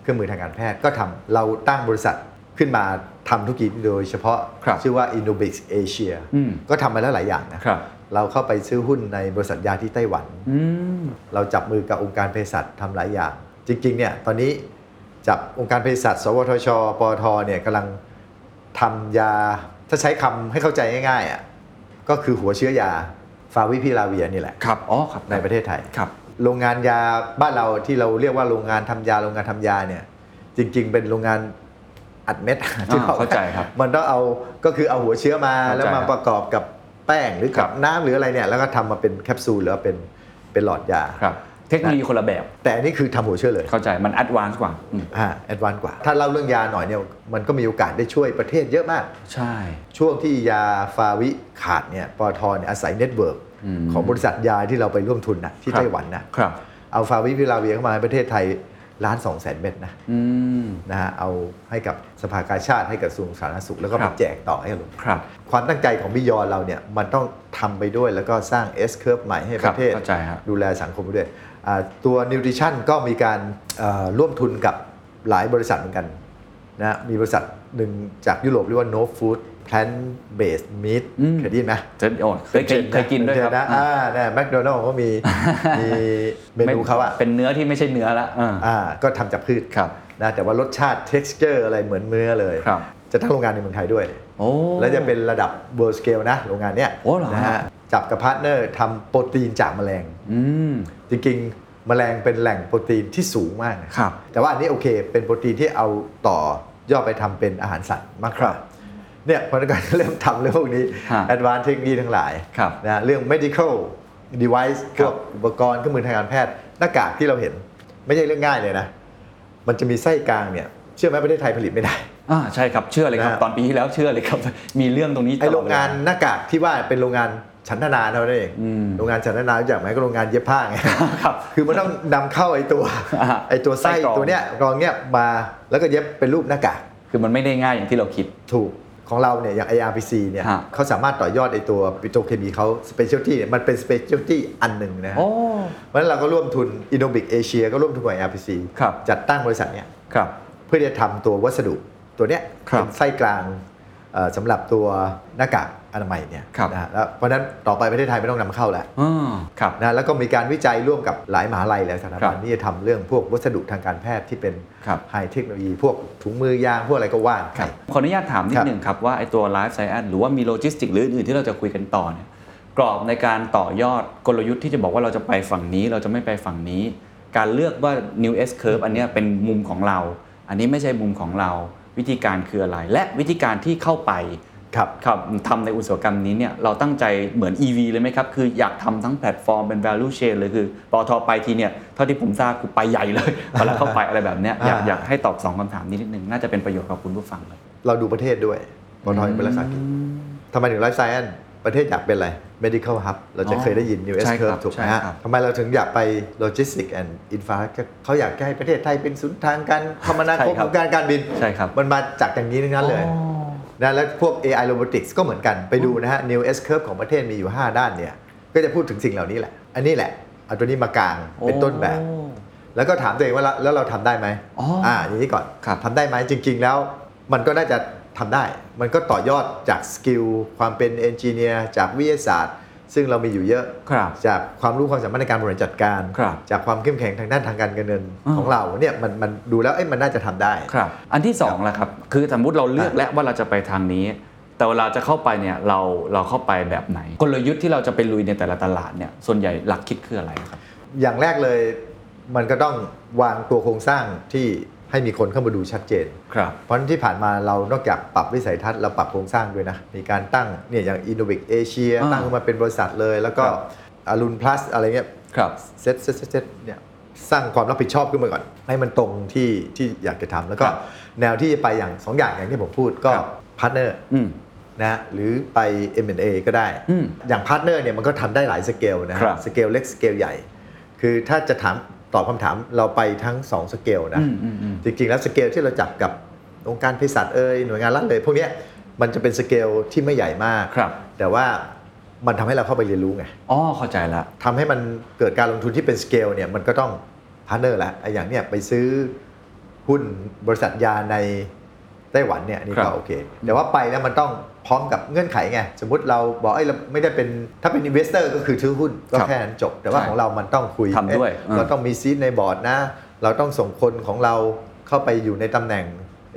เครื่องมือทางการแพทย์ก็ทำเราตั้งบริษัทขึ้นมาทำธุรกิจโดยเฉพาะ ครับ ชื่อว่า Innovix Asia อืม ก็ทำมาแล้วหลายอย่างนะครับ เราเข้าไปซื้อหุ้นในบริษัทยาที่ไต้หวัน อืม เราจับมือกับองค์การเภสัชทำหลายอย่าง จริงๆเนี่ยตอนนี้จับองค์การเภสัชสวทช ปอทเนี่ยกำลังทำยาถ้าใช้คำให้เข้าใจง่ายๆอ่ะก็คือหัวเชื้อยาฟาวิพิลาเวียนี่แหละ ครับ อ๋อ ครับ ในประเทศไทย ครับ โรงงานยาบ้านเราที่เราเรียกว่าโรงงานทำยาโรงงานทำยาเนี่ยจริง ๆ เป็นโรงงานอัดเม็ดที่ อ่าเข้าใจครับ มันต้องเอาก็คือเอาหัวเชื้อมา เข้าใจ แล้วมา ครับ ประกอบกับแป้งหรือ ครั กับบ น้ำหรืออะไรเนี่ยแล้วก็ทำมาเป็นแคปซูลหรือว่าเป็นเป็นหลอดยา ครับ เทคโนโลยีคนละแบบ แต่อันนี่คือทำหัวเชื่อเลย เข้าใจ มัน advance กว่าอืม อ่าแอดวานกว่า ถ้าเล่าเรื่องยาหน่อยเนี่ยมันก็มีโอกาสได้ช่วยประเทศเยอะมาก ใช่ ช่วงที่ยาฟาวิขาดเนี่ยปอทเนี่ยอาศัยเน็ตเวิร์ก อืม ของบริษัทยาที่เราไปร่วมทุนนะที่ ครับ ไต้หวันนะครับ เอาฟาวิพิลาเวียเข้ามาในประเทศไทย ล้านสองแสนเม็ดนะ อืม นะฮะเอาให้กับสภากาชาติให้กับกระทรวงสาธารณสุข แล้วก็ ครั มา บ แจกต่อให้กับโรงพยาบาล ครับ ความตั้งใจของบิยอนเราเนี่ยมันต้องทำไปด้วยแล้วก็สร้าง S curve ใหม่ให้ ค ป รับ ระเทศ เข้าใจฮะ ดูแลสังคมไปด้วยอ่าตัวนิวทริชั่นก็มีการเอ่อร่วมทุนกับหลายบริษัทเหมือนกันนะฮะมีบริษัทหนึ่งจากยุโรปเรียกว่า No Food Plant Based Meat อืม เคยได้ยินไหม จะโอ้เคยกินเคยกินด้วยครับ เนะ อ่า อ่าเนี่ยแมคโดนัลล์ เขามี มีเมนูเขาอะ เป็นเนื้อที่ไม่ใช่เนื้อละอ่า อ่าก็ทำจากพืช ครับ นะแต่ว่ารสชาติ texture อะไรเหมือนเนื้อเลย ครับ จะทั้งโรงงานในเมืองไทยด้วย โอ้ และจะเป็นระดับ world scale นะ โรงงานเนี้ย โอ้เหรอฮะ นะฮะจับกับพาร์ทเนอร์ทำโปรตีนจากแมลง อืม จริงๆ แมลงเป็นแหล่งโปรตีนที่สูงมากนะครับ แต่ว่าอันนี้โอเค เป็นโปรตีนที่เอาต่อย่อไปทำเป็นอาหารสัตว์มากกว่าเนี่ยพนักงานก็เริ่มทำเรื่องพวกนี้ ฮะ advanced เทคโนโลยีทั้งหลาย ครับ นะเรื่อง medical device พวกอุปกรณ์เครื่องมือทางการแพทย์หน้ากากที่เราเห็นไม่ใช่เรื่องง่ายเลยนะ มันจะมีไส้กลางเนี่ย เชื่อไหมประเทศไทยผลิตไม่ได้ อ่าใช่ครับเชื่อเลยครับ นะ ตอนปีที่แล้วเชื่อเลยครับ มีเรื่องตรงนี้ต ไอ ล โร องดเวล งานหน้ากากที่ว่าเป็นโรงงานฉันทนาเท่านั้นเอง อืม โรงงานฉันทนารู้จักไหมก็โรงงานเย็บผ้า ไง ครับ คือมันต้องนำเข้าไอ ตัว อ่า ไอตัวไส้ ไส้กรอง ตัวเนี้ยกรองเนี้ยมาแล้วก็เย็บเป็นรูปหน้ากาก คือมันไม่ได้ง่ายอย่างที่เราคิด ถูกของเราเนี่ยอย่าง ARPC เนี่ย ฮะ เขาสามารถต่อยอดไอตัวปิโตรเคมีเขา specialty เนี่ยมันเป็น specialty อันหนึ่งนะฮะ โอ้ เพราะฉะนั้นเราก็ร่วมทุน Innobic Asia ก็ร่วมทุนกับ RPC ครับ จัดตั้งบริษัทเนี้ย ครับ เพื่อที่จะทำตัววัสดุตัวเนี้ย ครับ เป็นไส้กลางเอ่อสำหรับตัวหน้ากากอนามัยเนี่ย ครับ นะฮะแล้วเพราะฉะนั้นต่อไปประเทศไทยไม่ต้องนำเข้าแล้ว อ่าครับ นะแล้วก็มีการวิจัยร่วมกับหลายมหาลัยแล้วสครับถาัน บ นี่จะทำเรื่องพวกวัสดุทางการแพทย์ที่เป็น ครับ ไฮเทคโนโลยี พวกถุงมือยางพวกอะไรก็ว่านไป ขออนุญาตถามนิ ค ด รับ หนึ่งครับว่าไอ้ตัว Life Science หรือว่ามีโลจิสติกหรืออื่นๆที่เราจะคุยกันต่อเนี่ยกรอบในการต่อยอดกลยุทธ์ที่จะบอกว่าเราจะไปฝั่งนี้เราจะไม่ไปฝั่งนี้ การเลือกว่า New S Curve อันเนี้ยเป็นมุมของเรา อันนี้ไม่ใช่มุมของเรา วิธีการคืออะไร และวิธีการที่เข้าไป ครับ ทำในอุตสาหกรรมนี้เนี่ยเราตั้งใจเหมือน EV เลยไหมครับ คืออยากทำทั้งแพลตฟอร์มเป็น value chain เลยคือปอทไปทีเนี่ยเท่าที่ผมทราบคือไปใหญ่เลย พอเราเข้าไปอะไรแบบเนี้ยอยากอยากให้ตอบสองคำถามนี้นิดนึงน่าจะเป็นประโยชน์กับคุณผู้ฟังเลย เราดูประเทศด้วยบอทอยเป็นภาษาอังกฤษทำไมถึงไลฟ์ไซ n c e ประเทศอยากเป็นอะไร medical hub เราจะเคยได้ยิน New S ใช่ครับ Curve ถูกไหมฮะ ใช่ครับ ทำไมเราถึงอยากไป Logistics and Infrastructure เขาอยากจะให้ประเทศไทยเป็นศูนย์ทางการคมนา ใช่ คม ครับ การการบิน ใช่ครับ มันมาจากอย่างนี้ทั้งนั้นเลยนะแล้วพวก AI Robotics ก็เหมือนกันไปดูนะฮะ New S Curve ของประเทศมีอยู่ 5 ด้านเนี่ย ก็จะพูดถึงสิ่งเหล่านี้แหละ อันนี้แหละเอาตัวนี้มากางเป็นต้นแบบ โอ้ แล้วก็ถามตัวเองว่าแล้วแล้วเราทำได้ไหม อ๋ออ่ อ่าอย่างนี้ก่อน ครับ ทำได้ไหมจริง ๆ แล้ว มันก็น่าจะทำได้ มันก็ต่อยอดจากสกิลความเป็นเอนจิเนียร์จากวิทยาศาสตร์ ซึ่งเรามีอยู่เยอะ ครับ จากความรู้ความสามารถในการบริหารจัดการ ครับ จากความเข้มแข็งทางด้านทางการเงิน อ่า ของเราเนี่ยมันมันดูแล้วเอ้ยมันน่าจะทำได้ ครับ อันที่สองล่ะครับ คือสมมติเราเลือกแล้วว่าเราจะไปทางนี้ แต่เวลาจะเข้าไปเนี่ยเราเราเข้าไปแบบไหน กลยุทธ์ที่เราจะไปลุยในแต่ละตลาดเนี่ยส่วนใหญ่หลักคิดคืออะไรครับ อย่างแรกเลยมันก็ต้องวางตัวโครงสร้างที่ให้มีคนเข้ามาดูชัดเจน ครับ เพราะฉะนั้นที่ผ่านมาเรานอกจากปรับวิสัยทัศน์เราปรับโครงสร้างด้วยนะ มีการตั้งเนี่ยอย่าง Innovic Asia อ่า ตั้งขึ้นมาเป็นบริษัทเลย แล้วก็ ครับ อรุณ plus อะไรเงี้ย ครับ เซตเซตเซตเนี่ยสร้างความรับผิดชอบขึ้นมาก่อน ให้มันตรงที่ที่อยากจะทำแล้วก็ ครับ แนวที่จะไปอย่างสองอย่างอย่างที่ผมพูดก็ ครับ พาร์ทเนอร์ อืม นะหรือไป M&A ก็ได้ อืม อย่างพาร์ทเนอร์เนี่ยมันก็ทำได้หลายสเกลนะครับ สเกลเล็กสเกลใหญ่ คือถ้าจะถามตอบคำถามเราไปทั้งสองสเกลนะ อืมอืมอืม จริงๆ แล้วสเกลที่เราจับกับองค์การเภสัชเอ่ยหน่วยงานรัฐเลย พวกเนี้ยมันจะเป็นสเกลที่ไม่ใหญ่มาก ครับ แต่ว่ามันทำให้เราเข้าไปเรียนรู้ไง อ๋อเข้าใจละ ทำให้มันเกิดการลงทุนที่เป็นสเกลเนี่ยมันก็ต้องพาร์เนอร์ละไอ้อย่างเนี้ยไปซื้อหุ้นบริษัทยาในไต้หวันเนี่ยนี่ ครั ก็ บ โอเค แต่ว่าไปแล้วมันต้องพร้อมกับเงื่อนไขไง สมมติเราบอกไอ้ยเราไม่ได้เป็นถ้าเป็นอินเวสเตอร์ก็คือถือหุ้นก็ ครับ แค่นั้นจบ แต่ว่า ใช่ ของเรามันต้องคุย ทำด้วย เอ๊ะ อืม เรา ต้องมีซีทในบอร์ดนะ เราต้องส่งคนของเราเข้าไปอยู่ในตำแหน่ง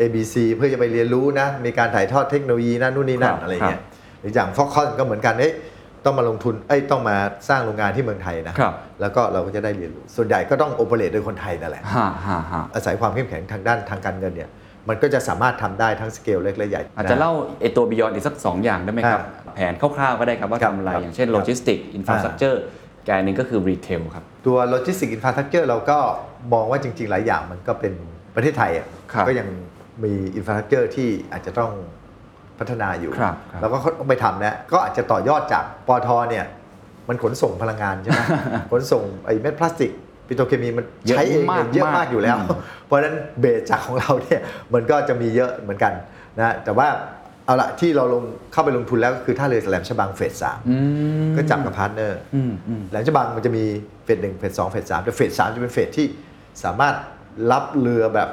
ABC เพื่อจะไปเรียนรู้นะ มีการถ่ายทอดเทคโนโลยีนะนู่นนี่นั่น ครับ อะไรอย่างเงี้ยหรืออย่างฟอกคอนก็เหมือนกันเอ้ยต้องมาลงทุนเอ้ยต้องมาสร้างโรงงานที่เมืองไทยนะ ครับ แล้วก็เราก็จะได้เรียนรู้ ส่วนใหญ่ก็ต้องโอเปเรตโดยคนไทยนั่นแหละ ฮ่าฮ่าฮ่า อาศัยความเข้มแข็งทางด้านทางการเงินเนี่ย มันก็จะสามารถทำได้ทั้งสเกลเล็กและใหญ่น อาจจะเล่าไอตัวบิยอนอีกสัก 2 อย่างได้ไหมครับ อ่ แผนคร่าวๆก็ได้ครับว่า ครับ ทำอะไร ครับ อย่างเช่น ครับ โลจิสติกอินฟราสตรักเจอร์แกนหนึงก็คือรีเทลครับ ตัวโลจิสติกอินฟ a า t ั u เจอร์เราก็มองว่าจริง ๆ หลายอย่างมันก็เป็นประเทศไทยอ่ะ ครับ ก็ยังมีอินฟ a า t ั u เจอร์ที่อาจจะต้องพัฒนาอยู่ ครับครับ แล้วก็ต้องไปทำนะก็อาจจะ ต่อยอดจากปอทเนี่ยมันขนส่งพลังงานใช่ไหม ขนส่งไอ้เม็ดพลาสติก ปิโตรเคมีมัน เยอะ ใช้เอง มา เนี่ยกเยมามอะากกอยู่แล้ว อืม เพราะฉะนั้นเบสจากของเราเนี่ยมันก็จะมีเยอะเหมือนกันนะแต่ว่าเอาละที่เราลงเข้าไปลงทุนแล้วก็คือท่าเรือแหลมฉบังเฟสสาม อืม ก็จับกับพาร์ทเนอร์ อืมอืม แหลมฉบังมันจะมีเฟสหนึ่งเฟสสองเฟสสามแต่เฟสสามจะเป็นเฟสที่สามารถรับเรือแบบ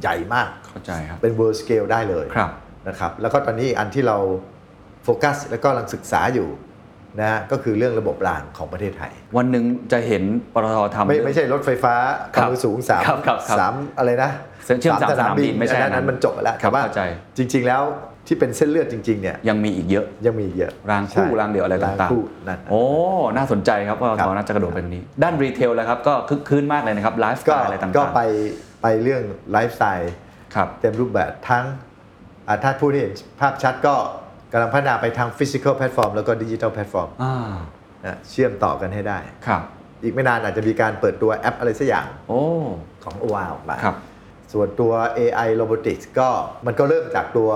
ใหญ่มาก เข้าใจครับ เป็น world scale ได้เลย ครับ นะครับ แล้วก็ตอนนี้อีกอันที่เราโฟกัสแล้วก็กำลังศึกษาอยู่นะฮะก็คือเรื่องระบบรางของประเทศไทย วันหนึ่งจะเห็นปตททำ ไม่ไม่ใช่รถไฟฟ้า ครั คา บ มสูงสาม ครับครับครับ สามอะไรนะ เส้นเชื่อมสามสนามบินไม่ใช่ อั อันนั้ นั้น นมันจบไปแล้ว ครับ แต่ว่า เข้าใจ จริง ๆ แล้วที่เป็นเส้นเลือดจริง ๆ เนี่ย ยังมีอีกเยอะ ยังมีเยอะ รางคู่ ใช่ รางเดี่ยวอะไร ร ต่าง คู่นั่น ๆ โอ้ น่าสนใจครับว่า ครั เรา บ น่าจะกระโดดไปตรงนี้ ด้านรีเทลแล้วครับ ก็คึกคืนมากเลยนะครับไลฟ์สไต ก็ ล์อะไรต่างๆ ก็ไปไปเรื่องไลฟ์สไตล์ ครับ เต็มรูปแบบทั้งอ่ะถ้าพูดให้เห็นภาพชัดก็กำลังพัฒนาไปทางฟิสิกอลแพลตฟอร์มแล้วก็ดิจิทัลแพลตฟอร์ม อ่า นะเชื่อมต่อกันให้ได้ ครับ อีกไม่นานอาจจะมีการเปิดตัวแอปอะไรสักอย่าง โอ้ ของ o w ออกมา ครับ ส่วนตัว AI Robotics ก็มันก็เริ่มจากตัว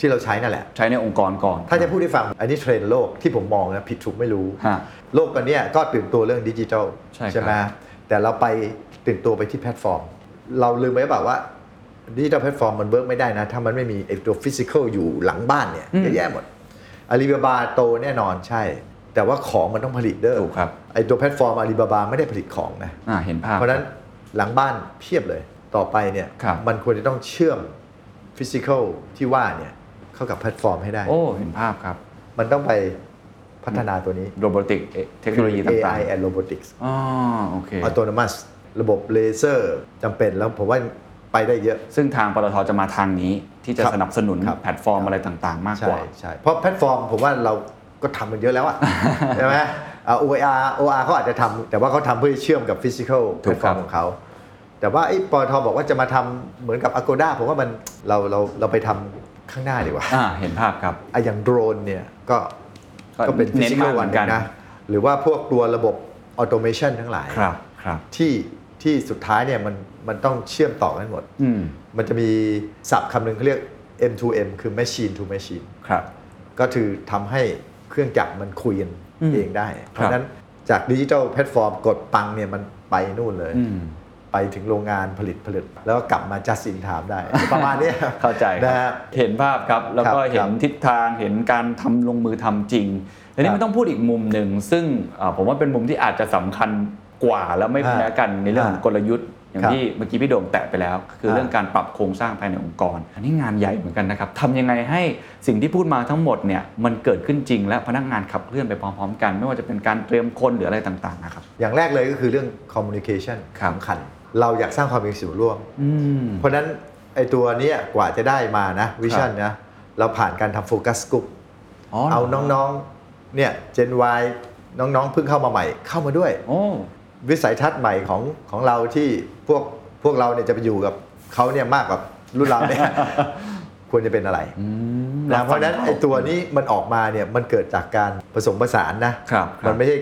ที่เราใช้นั่นแหละ ใช้ในองค์กรก่อน ถ้าจะพูดให้ฟังอันนี้เทรนด์โลกที่ผมมองนะผิดถูกไม่รู้ ฮะ โลกตอนเนี้ยก็ตื่นตัวเรื่องดิจิทัล ใช่ครับ ไหมแต่เราไปตื่นตัวไปที่แพลตฟอร์ม เราลืมไปหรือเปล่าว่าดิจิทัลแพลตฟอร์มมันเวิร์กไม่ได้นะ ถ้ามันไม่มีไอ้ตัวฟิสิก a l อยู่หลังบ้านเนี่ยเยอะแยะหมดอาลีบาบาโตแน่นอนใช่ แต่ว่าของมันต้องผลิตเด้อ ถูกครับ ไอ้ตัวแพลตฟอร์มอาลีบาบาไม่ได้ผลิตของนะ อ่าเห็นภาพ เพราะฉะนั้นหลังบ้านเพียบเลยต่อไปเนี่ย ครับ มันควรจะต้องเชื่อมฟิสิก a l ที่ว่าเนี่ยเข้ากับแพลตฟอร์มให้ได้ โอ้ เห็นภาพครับ มันต้องไปพัฒนาตัวนี้ โรบอติกเทคโนโลยีต่าง AI and Robotics ๆอ๋อโอเค Autonomous ระบบเลเซอร์จำเป็นแล้วผมว่าไปได้เยอะ ซึ่งทางปตทจะมาทางนี้ที่จะ ครับ สนับสนุน ครับ แพลตฟอร์มอะไรต่างๆ มากก ใช่ ว่า ใช่เพราะแพลตฟอร์มผมว่าเราก็ทำมันเยอะแล้ว อะ ใช่ไหมอ่า OR OR เขาอาจจะทำแต่ว่าเขาทำเพื่อเชื่อมกับ Physical ถู แพลตฟกครั อบ ร์มของเขา แต่ว่าไอ้ปตทบอกว่าจะมาทำเหมือนกับ Agoda ผมว่ามันเราเราเราไปทำข้างหน้าดีกว่า อ่าเห็นภาพครับ ไอะอย่างโดรนเนี่ยก็ ก็ ก็เป็น เน้ ฟิ น สิกอลมากเหมื วั อน น ห กั นึ่ น งนะหรือว่าพวกตัวระบบออโตเมชันทั้งหลาย ครับครับ ที่ที่สุดท้ายเนี่ยมันมันต้องเชื่อมต่อกันหมด อืม มันจะมีศัพท์คำหนึ่งเขาเรียก M to M คือ Machine to Machine ครับ ก็คือทำให้เครื่องจักรมันคุยกัน อืม เองได้ เพราะ ครับ ฉะนั้นจากดิจิทัลแพลตฟอร์มกดปังเนี่ยมันไปนู่นเลย อืม ไปถึงโรงงานผลิตผลิต แล้วก็กลับมาจัดสินถามได้ ประมาณเนี้ย เข้าใจนะครั ฮะ บเห็นภาพครับ แล้วครัก็บ เห็น ครับ ทิศทางเห็นการทำลงมือทำจริงทีคนี้รับ ไม่ต้องพูดอีกมุมหนึ่ง ซึ่งเอ่อผมว่าเป็นมุมที่อาจจะสำคัญกว่าและไม่แพ้กันในเรื่องของ อ่าก ก ลยุทธ์ อย่าง ครับ ที่เมื่อกี้พี่โด่งแตะไปแล้ว คืคอรับ เรื่องการปรับโครงสร้างภายในองค์กร อันนี้งานใหญ่เหมือนกันนะครับทำยังไงให้สิ่งที่พูดมาทั้งหมดเนี่ยมันเกิดขึ้นจริง และพนักงานขับเคลื่อนไปพร้อมๆ กัน ไม่ว่าจะเป็นการเตรียมคนหรืออะไรต่างๆนะครับ อย่างแรกเลยก็คือเรื่อง communication ครับ สำคัญ เราอยากสร้างความมีส่วนร่วม อืม เพราะฉะนั้นไอตัวเนี้ยกว่าจะได้มานะวิชั่นนะเราผ่านการทำโฟกัสกลุ่ม อ๋อเหรอ เอาน้องๆเนี่ยเจนวน้องๆเพิ่งเข้ามาใหม่ เข้ามาด้วย โอ้ วิสัยทัศน์ใหม่ของของเราที่พวกพวกเราเนี่ยจะไปอยู่กับเขาเนี่ยมากกว่ารุ่นเรา เนี่ย ควรจะเป็นอะไรนะเพราะฉะนั้นไอตัวนี้มันออกมาเนี่ยมันเกิดจากการผสมผสานนะ ครับครั มั บ นไม่ใช่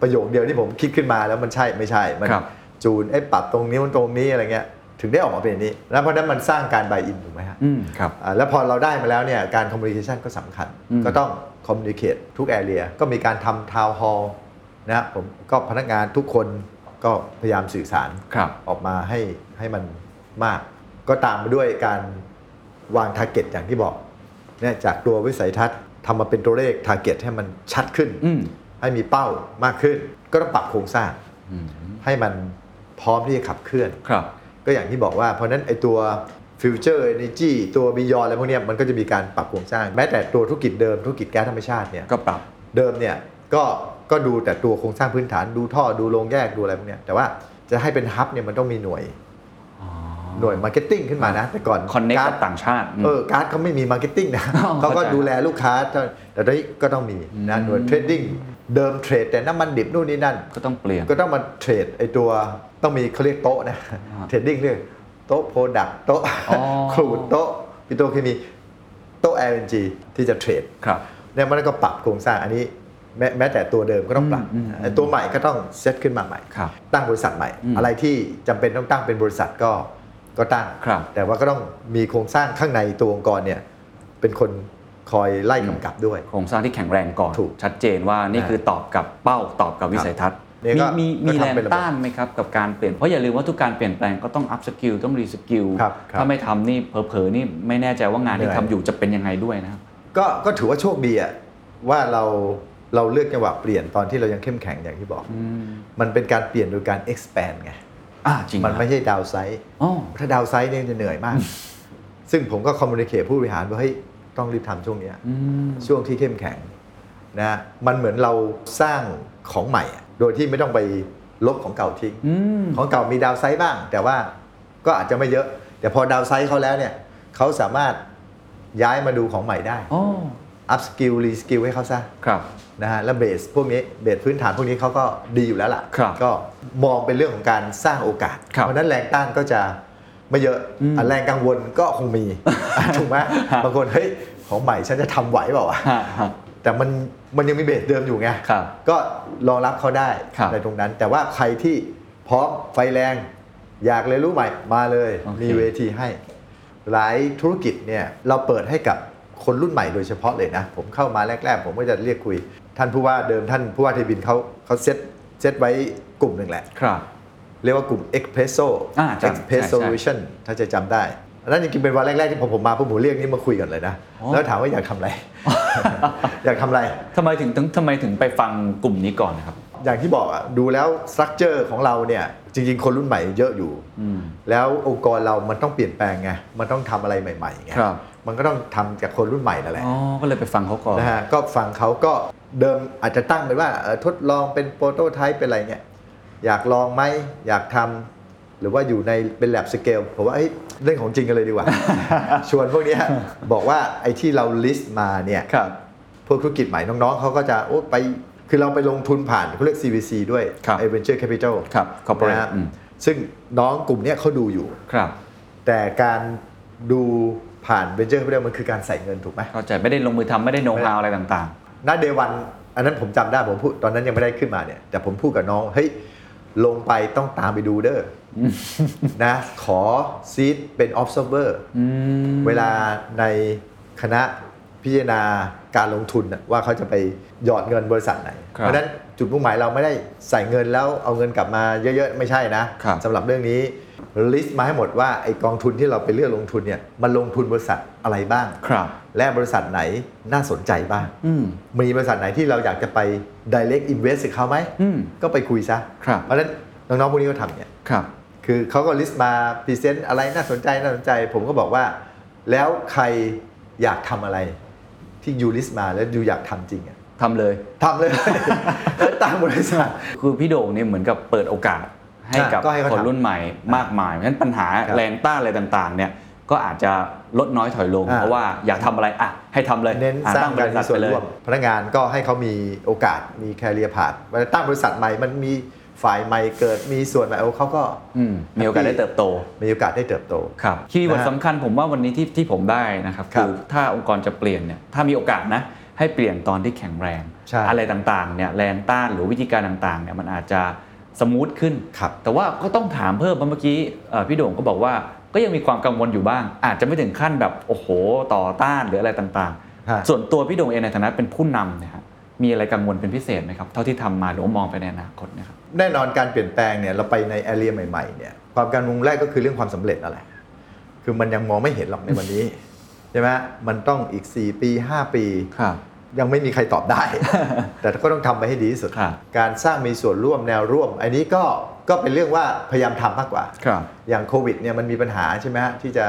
ประโยคเดียวที่ผมคิดขึ้นมาแล้วมันใช่ไม่ใช่ มั ครับ จูนไอ้ปรับตรงนี้มันตรงนี้อะไรเงี้ยถึงได้ออกมาเป็นอย่างนี้ แล้วเพราะฉะนั้นมันสร้างการบ u y อินถูกไหมฮะ อืมครับ อ่าแล้วพอเราได้มาแล้วเนี่ยการคอมมูนิเคชันก็สำคัญ อืม ก็ต้องคอมมูนิเค e ทุกแอเรียก็มีการทำทาวน์ฮอลนะผมก็พนักงานทุกคนก็พยายามสื่อสาร ครับ ออกมาให้ให้มันมาก ก็ตามมาด้วยการวางทาร์เก็ตอย่างที่บอกเนี่ยจากตัววิสัยทัศน์ทำมาเป็นตัวเลขทาร์เก็ตให้มันชัดขึ้น อืม ให้มีเป้ามากขึ้น ก็ต้องปรับโครงสร้าง อืม ให้มันพร้อมที่จะขับเคลื่อน ครับ ก็อย่างที่บอกว่าเพราะฉะนั้นไอตัวฟิวเจอร์เอเนจีตัวบิยอนอะไรพวกเนี้ยมันก็จะมีการปรับโครงสร้าง แม้แต่ตัวธุรกิจเดิมธุรกิจแก๊สธรรมชาติเนี่ย ก็ปรับ เดิมเนี่ยก็ก็ดูแต่ตัวโครงสร้างพื้นฐานดูท่อดูโรงแยกดูอะไรพวกเนี้ยแต่ว่าจะให้เป็นฮับเนี่ยมันต้องมีหน่วยหน่วยมาร์เก็ตติ้งขึ้นมานะ แต่ก่อน คอนเน็ก การ์ กับ ด ต่างชาติม เออการ์ดเขาไม่มีมาร์เก็ตติ้งนะ อ๋อ เขาก็ เข้าใจ ดูแลลูกค้าเท่าแต่ตอนนี้ก็ต้องมีนะหน่วยเทรดดิ้งเดิมเทรดแต่น้ำมันดิบนู่นนี่นั่น ก็ต้องเปลี่ยน ก็ต้องมาเทรดไอตัวต้องมีเขาเรียกโต๊ะนะเทรดดิ้งเรียกโต๊ะโปรดักโต๊ะ อ๋อ ขูดโต๊ะปิโตรเคมีโต๊ะ LNG ที่จะเทรด ครับ เนี่ยมันก็ปรับโครงสร้างอันนี้แม้แม้แต่ตัวเดิมก็ต้องปรับ อืมอืม ไอ้ตัวใหม่ก็ต้องเซตขึ้นมาใหม่ ครับ ตั้งบริษัทใหม่ อืม อะไรที่จำเป็นต้องตั้งเป็นบริษัทก็ก็ตั้ง ครับ แต่ว่าก็ต้องมีโครงสร้างข้างในตัวองค์กรเนี่ยเป็นคนคอยไล่กำกับด้วย โครงสร้างที่แข็งแรงก่อน ถูก ชัดเจนว่านี่ อ่า คือตอบกับเป้าตอบกับวิสัยทัศน์ เนี่ย มี ก็ มี ก็ มีแร ทำ ง เป็นระบบ ต้านไหมครับ กับการเปลี่ยน เพราะอย่าลืมว่าทุกการเปลี่ยนแปลงก็ต้องอัพสกิลต้องรีสกิล ครับครับ ถ้าไม่ทำนี่เผลอๆนี่ไม่แน่ใจว่างานที่ เหนื่อย ทำอยู่จะเป็นยังไงด้วยนะครับ ก็ก็ถือว่าโชคดีอะว่าเราเราเลือกจังหวะเปลี่ยนตอนที่เรายังเข้มแข็งอย่างที่บอก มันเป็นการเปลี่ยนโดยการ expand ไง อ่าจริง มัน ครับ ไม่ใช่ดาวไซด์ อ๋อ ถ้าดาวไซด์เนี่ยจะเหนื่อยมาก ซึ่งผมก็คอมมูนิเค e ผู้บริหารว่าเฮ้ยต้องรีบทำช่วงเนี้ยช่วงที่เข้มแข็งนะมันเหมือนเราสร้างของใหม่อะโดยที่ไม่ต้องไปลบของเก่าทิ้ง อืม ของเก่ามีดาวไซด์บ้าง แต่ว่าก็อาจจะไม่เยอะ แต่พอดาวไซด์เขาแล้วเนี่ยเขาสามารถย้ายมาดูของใหม่ได้ อ๋อ อัพสกิลรีสกิลให้เขาซะ ครับ นะฮะแล้วเบสพวกนี้เบสพื้นฐานพวกนี้เขาก็ดีอยู่แล้วล่ะ ครับ ก็มองเป็นเรื่องของการสร้างโอกาส ครับ เพราะฉะนั้นแรงต้านก็จะไม่เยอะอันแรงกังวลก็ค งมี ถูกไหม ฮะ บางคนเฮ้ยของใหม่ฉันจะทำไหวเปล่าวะ ฮะฮะ แต่มันมันยังมีเบสเดิมอยู่ไง ครับ ก็รองรับเขาได้ ครับ ในตรงนั้น แต่ว่าใครที่พร้อมไฟแรง อยากเรียนรู้ใหม่มาเลย โอเค มีเวทีให้ หลายธุรกิจเนี่ยเราเปิดให้กับคนรุ่นใหม่โดยเฉพาะเลยนะ ผมเข้ามาแรก ๆ ผมก็จะเรียกคุย ท่านผู้ว่าเดิมท่านผู้ว่าเทวินเขาเขาเซตเซตไว้กลุ่มหนึ่งแหละ ครับ เรียกว่ากลุ่ม Espresso อ่าจำใช่ Espresso ใช่ Solution ถ้าจะจำได้อันนั้นจริงๆเป็นวันแรก ๆ ที่ผมผมมาพวกผมเรียกนี่มาคุยกันเลยนะ อ๋อ แล้วถามว่าอยากทำอะไร อยากทำอะไร ทำไมถึงถึงทำไมถึงไปฟังกลุ่มนี้ก่อนนะครับ อย่างที่บอกอะดูแล้วสตรัคเจอร์ของเราเนี่ยจริง ๆ คนรุ่นใหม่เยอะอยู่ อืม แล้วองค์กรเรามันต้องเปลี่ยนแปลงไงมันต้องทำอะไรใหม่ๆไง ครับ มันก็ต้องทำจากคนรุ่นใหม่นั่นแหละ อ๋อ ก็เลยไปฟังเขาก่อน นะฮะก็ฟังเขาก็เดิมอาจจะตั้งไปว่าเอ่อทดลองเป็นโปรโตไทป์เป็นอะไรเนี่ยอยากลองไหมอยากทำหรือว่าอยู่ในเป็นแ a บสเกลผมว่าเอ้ยเรื่องของจริงกันเลย ดีกว่า ชวนพวกเนี้ยบอกว่าไอ้ที่เราลิสต์มาเนี่ย ครับ พวกธุรกิจใหม่น้องๆ เขาก็จะโอ้ไป คือเราไปลงทุนผ่านเขาเรียก CVC ด้วย ครับ Venture Capital ครับ corporate นะฮะ อืม ซึ่งน้องกลุ่มเนี้ยเขาดูอยู่ ครับ แต่การดูผ่าน Venture Capital มันคือการใส่เงินถูกไหม เข้าใจไม่ได้ลงมือทำไม่ได้โน้ตฮาวอะไรต่าง ณเดวันอันนั้นผมจำได้ผมพูดตอนนั้นยังไม่ได้ขึ้นมาเนี่ย แต่ผมพูดกับน้อง เฮ้ย ลงไปต้องตามไปดูเด้ ออนะขอซีดเป็น observer เวลาในคณะพิจารณาการลงทุนน่ะว่าเขาจะไปหยอดเงินบริษัทไหน ครับ เพราะฉะนั้นจุดมุ่งหมายเราไม่ได้ใส่เงินแล้วเอาเงินกลับมาเยอะๆ ไม่ใช่นะครับ สำหรับเรื่องนี้ลิสต์มาให้หมดว่าไอกองทุนที่เราไปเลือกลงทุนเนี่ยมันลงทุนบริษัทอะไรบ้าง ๆ ครับ และบริษัทไหนน่าสนใจบ้าง อืม มีบริษัทไหนที่เราอยากจะไป direct invest กับเขาไหม อืม ก็ไปคุยซะ ครับ เพราะฉะนั้นน้องๆพวกนี้ก็ทำเนี่ย ครับ คือเขาก็ list มาพรีเซนต์อะไรน่าสนใจน่าสนใจ ผมก็บอกว่า แล้วใครอยากทำอะไรที่ยู list มาแล้วยูอยากทำจริงอะ ทำเลย ทำเลย แล้วตามบริษัท คือพี่โด่งเนี่ยเหมือนกับเปิดโอกาสให้กับ อ่ะก็ให้เขา คน ทำ รุ่นใหม่มากมาย เพราะฉะนั้นปัญหา ครับ แรงต้านอะไรต่างๆ เนี่ยก็อาจจะลดน้อยถอยลง อ่ะ เพราะว่าอยากทำอะไรอ่ะให้ทำเลย เน้น อ่ะ สร้าง ตั้งบ การ ริมีษัท ส่ว ไป น เล ร่ ย วมพนักงานก็ให้เขามีโอกาสมีแคเรียผ่านเวลาตั้งบริษัทใหม่มันมีฝ่ายใหม่เกิดมีส่วนใหม่เออเขาก็ อืมมีโอกาสได้เติบโต มีโอกาสได้เติบโต ครับคีย์เวิร์ด นะฮะ สำคัญผมว่าวันนี้ที่ที่ผมได้นะครับ ครับ คือถ้าองค์กรจะเปลี่ยนเนี่ยถ้ามีโอกาสนะให้เปลี่ยนตอนที่แข็งแรง ใช่ อะไรต่างๆเนี่ยแรงต้านหรือวิธีการต่างๆเนี่ยมันอาจจะสมูทขึ้น ครับ แต่ว่าก็ต้องถามเพิ่มเพราะเมื่อกี้เอ่อพี่โด่งก็บอกว่าก็ยังมีความกังวลอยู่บ้าง อาจจะไม่ถึงขั้นแบบโอ้โหต่อต้านหรืออะไรต่าง ฮะ ๆ ส่วนตัวพี่โด่งเองในฐานะเป็นผู้นำเนะฮะมีอะไรกังวลเป็นพิเศษไหมครับเท่าที่ทำมาหรือว่ามองไปในอนาคตนะครับ แน่นอนการเปลี่ยนแปลงเนี่ยเราไปในแอเรียใหม่ๆเนี่ยความการมุงแรกก็คือเรื่องความสำเร็จนั่นแหละคือมันยังมองไม่เห็นหรอกในวันนี้ ใช่ไหมมันต้องอีก 4 ปี 5 ปี ครับ ยังไม่มีใครตอบได้ แต่ก็ต้องทำไปให้ดีที่สุด ครับ การสร้างมีส่วนร่วมแนวร่วม อันนี้ก็ก็เป็นเรื่องว่าพยายามทำมากกว่า ครับ อย่างโควิดเนี่ยมันมีปัญหาใช่ไหมฮะที่จะ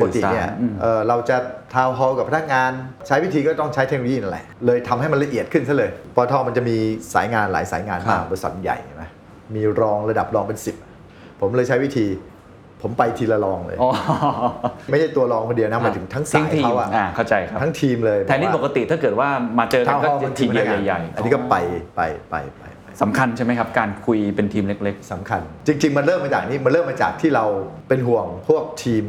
ปกสื่อสาร ติเนี่ย อืม เอ่อเราจะทาวน์ฮอลล์กับพนักงาน ใช้วิธีก็ต้องใช้เทคโนโลยีนั่นแหละเลยทำให้มันละเอียดขึ้นซะเลยปตทมันจะมีสายงานหลายสายงานมากบริษัทใหญ่ใช่ไหมมีรองระดับรองเป็น 10 ผมเลยใช้วิธี ผมไปทีละรองเลย อ๋อ ไม่ใช่ตัวรองคนเดียวนะหมายถึงทั้งสาย ทีม เขาอะ อ่าเข้าใจครับ ทั้งทีมเลย แทนที่ บ ป อก ว่า ติถ้าเกิดว่ามาเจอกัน ทาวน์ฮ ก็ อลล์ จะ มัน ที ที ม ม ใ ใหญ่ หญ่ ๆอันนี้ก็ไปไปไปไปไป สำคัญใช่ไหมครับ การคุยเป็นทีมเล็ก สำคัญ จริง ๆ มันเริ่มมาจากนี้มันเริ่มมาจากที่เราเป็นห่วงพวกทีม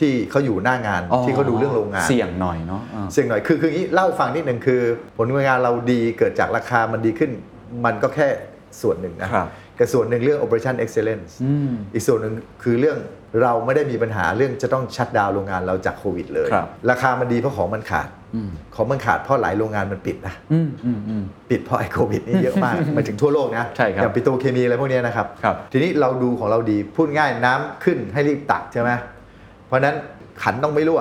ที่เขาอยู่หน้างาน ๆอ๋อ ที่เขาดูเรื่องโรงงาน เสี่ยงหน่อยเนาะอ่า เสี่ยงหน่อยคือคืออย่างนี้เล่าให้ฟังนิดหนึ่งคือ ผลงานเราดีเกิดจากราคามันดีขึ้น มันก็แค่ส่วนหนึ่งนะครับ เ แต่ส่วนหนึ่งเรื่อง operation excellence อีกส่วนหนึ่งคือเรื่องเราไม่ได้มีปัญหาเรื่องจะต้องชัดดาวน์โรงงานเราจากโควิดเลย ครับ ราคามันดีเพราะของมันขาด ของมันขาดเพราะหลายโรงงานมันปิดนะ อืมอืมอืม ปิดเพราะไอ้โควิดนี่เยอะ มาก หมายถึงทั่วโลกนะ ใช่ครับ อย่างปิโตรเคมีอะไรพวกเนี้ยนะครับ ครับ ทีนี้เราดูของเราดี พูดง่ายน้ำขึ้นให้รีบตักใช่ไหมเพราะฉะนั้นขันต้องไม่ รั่ว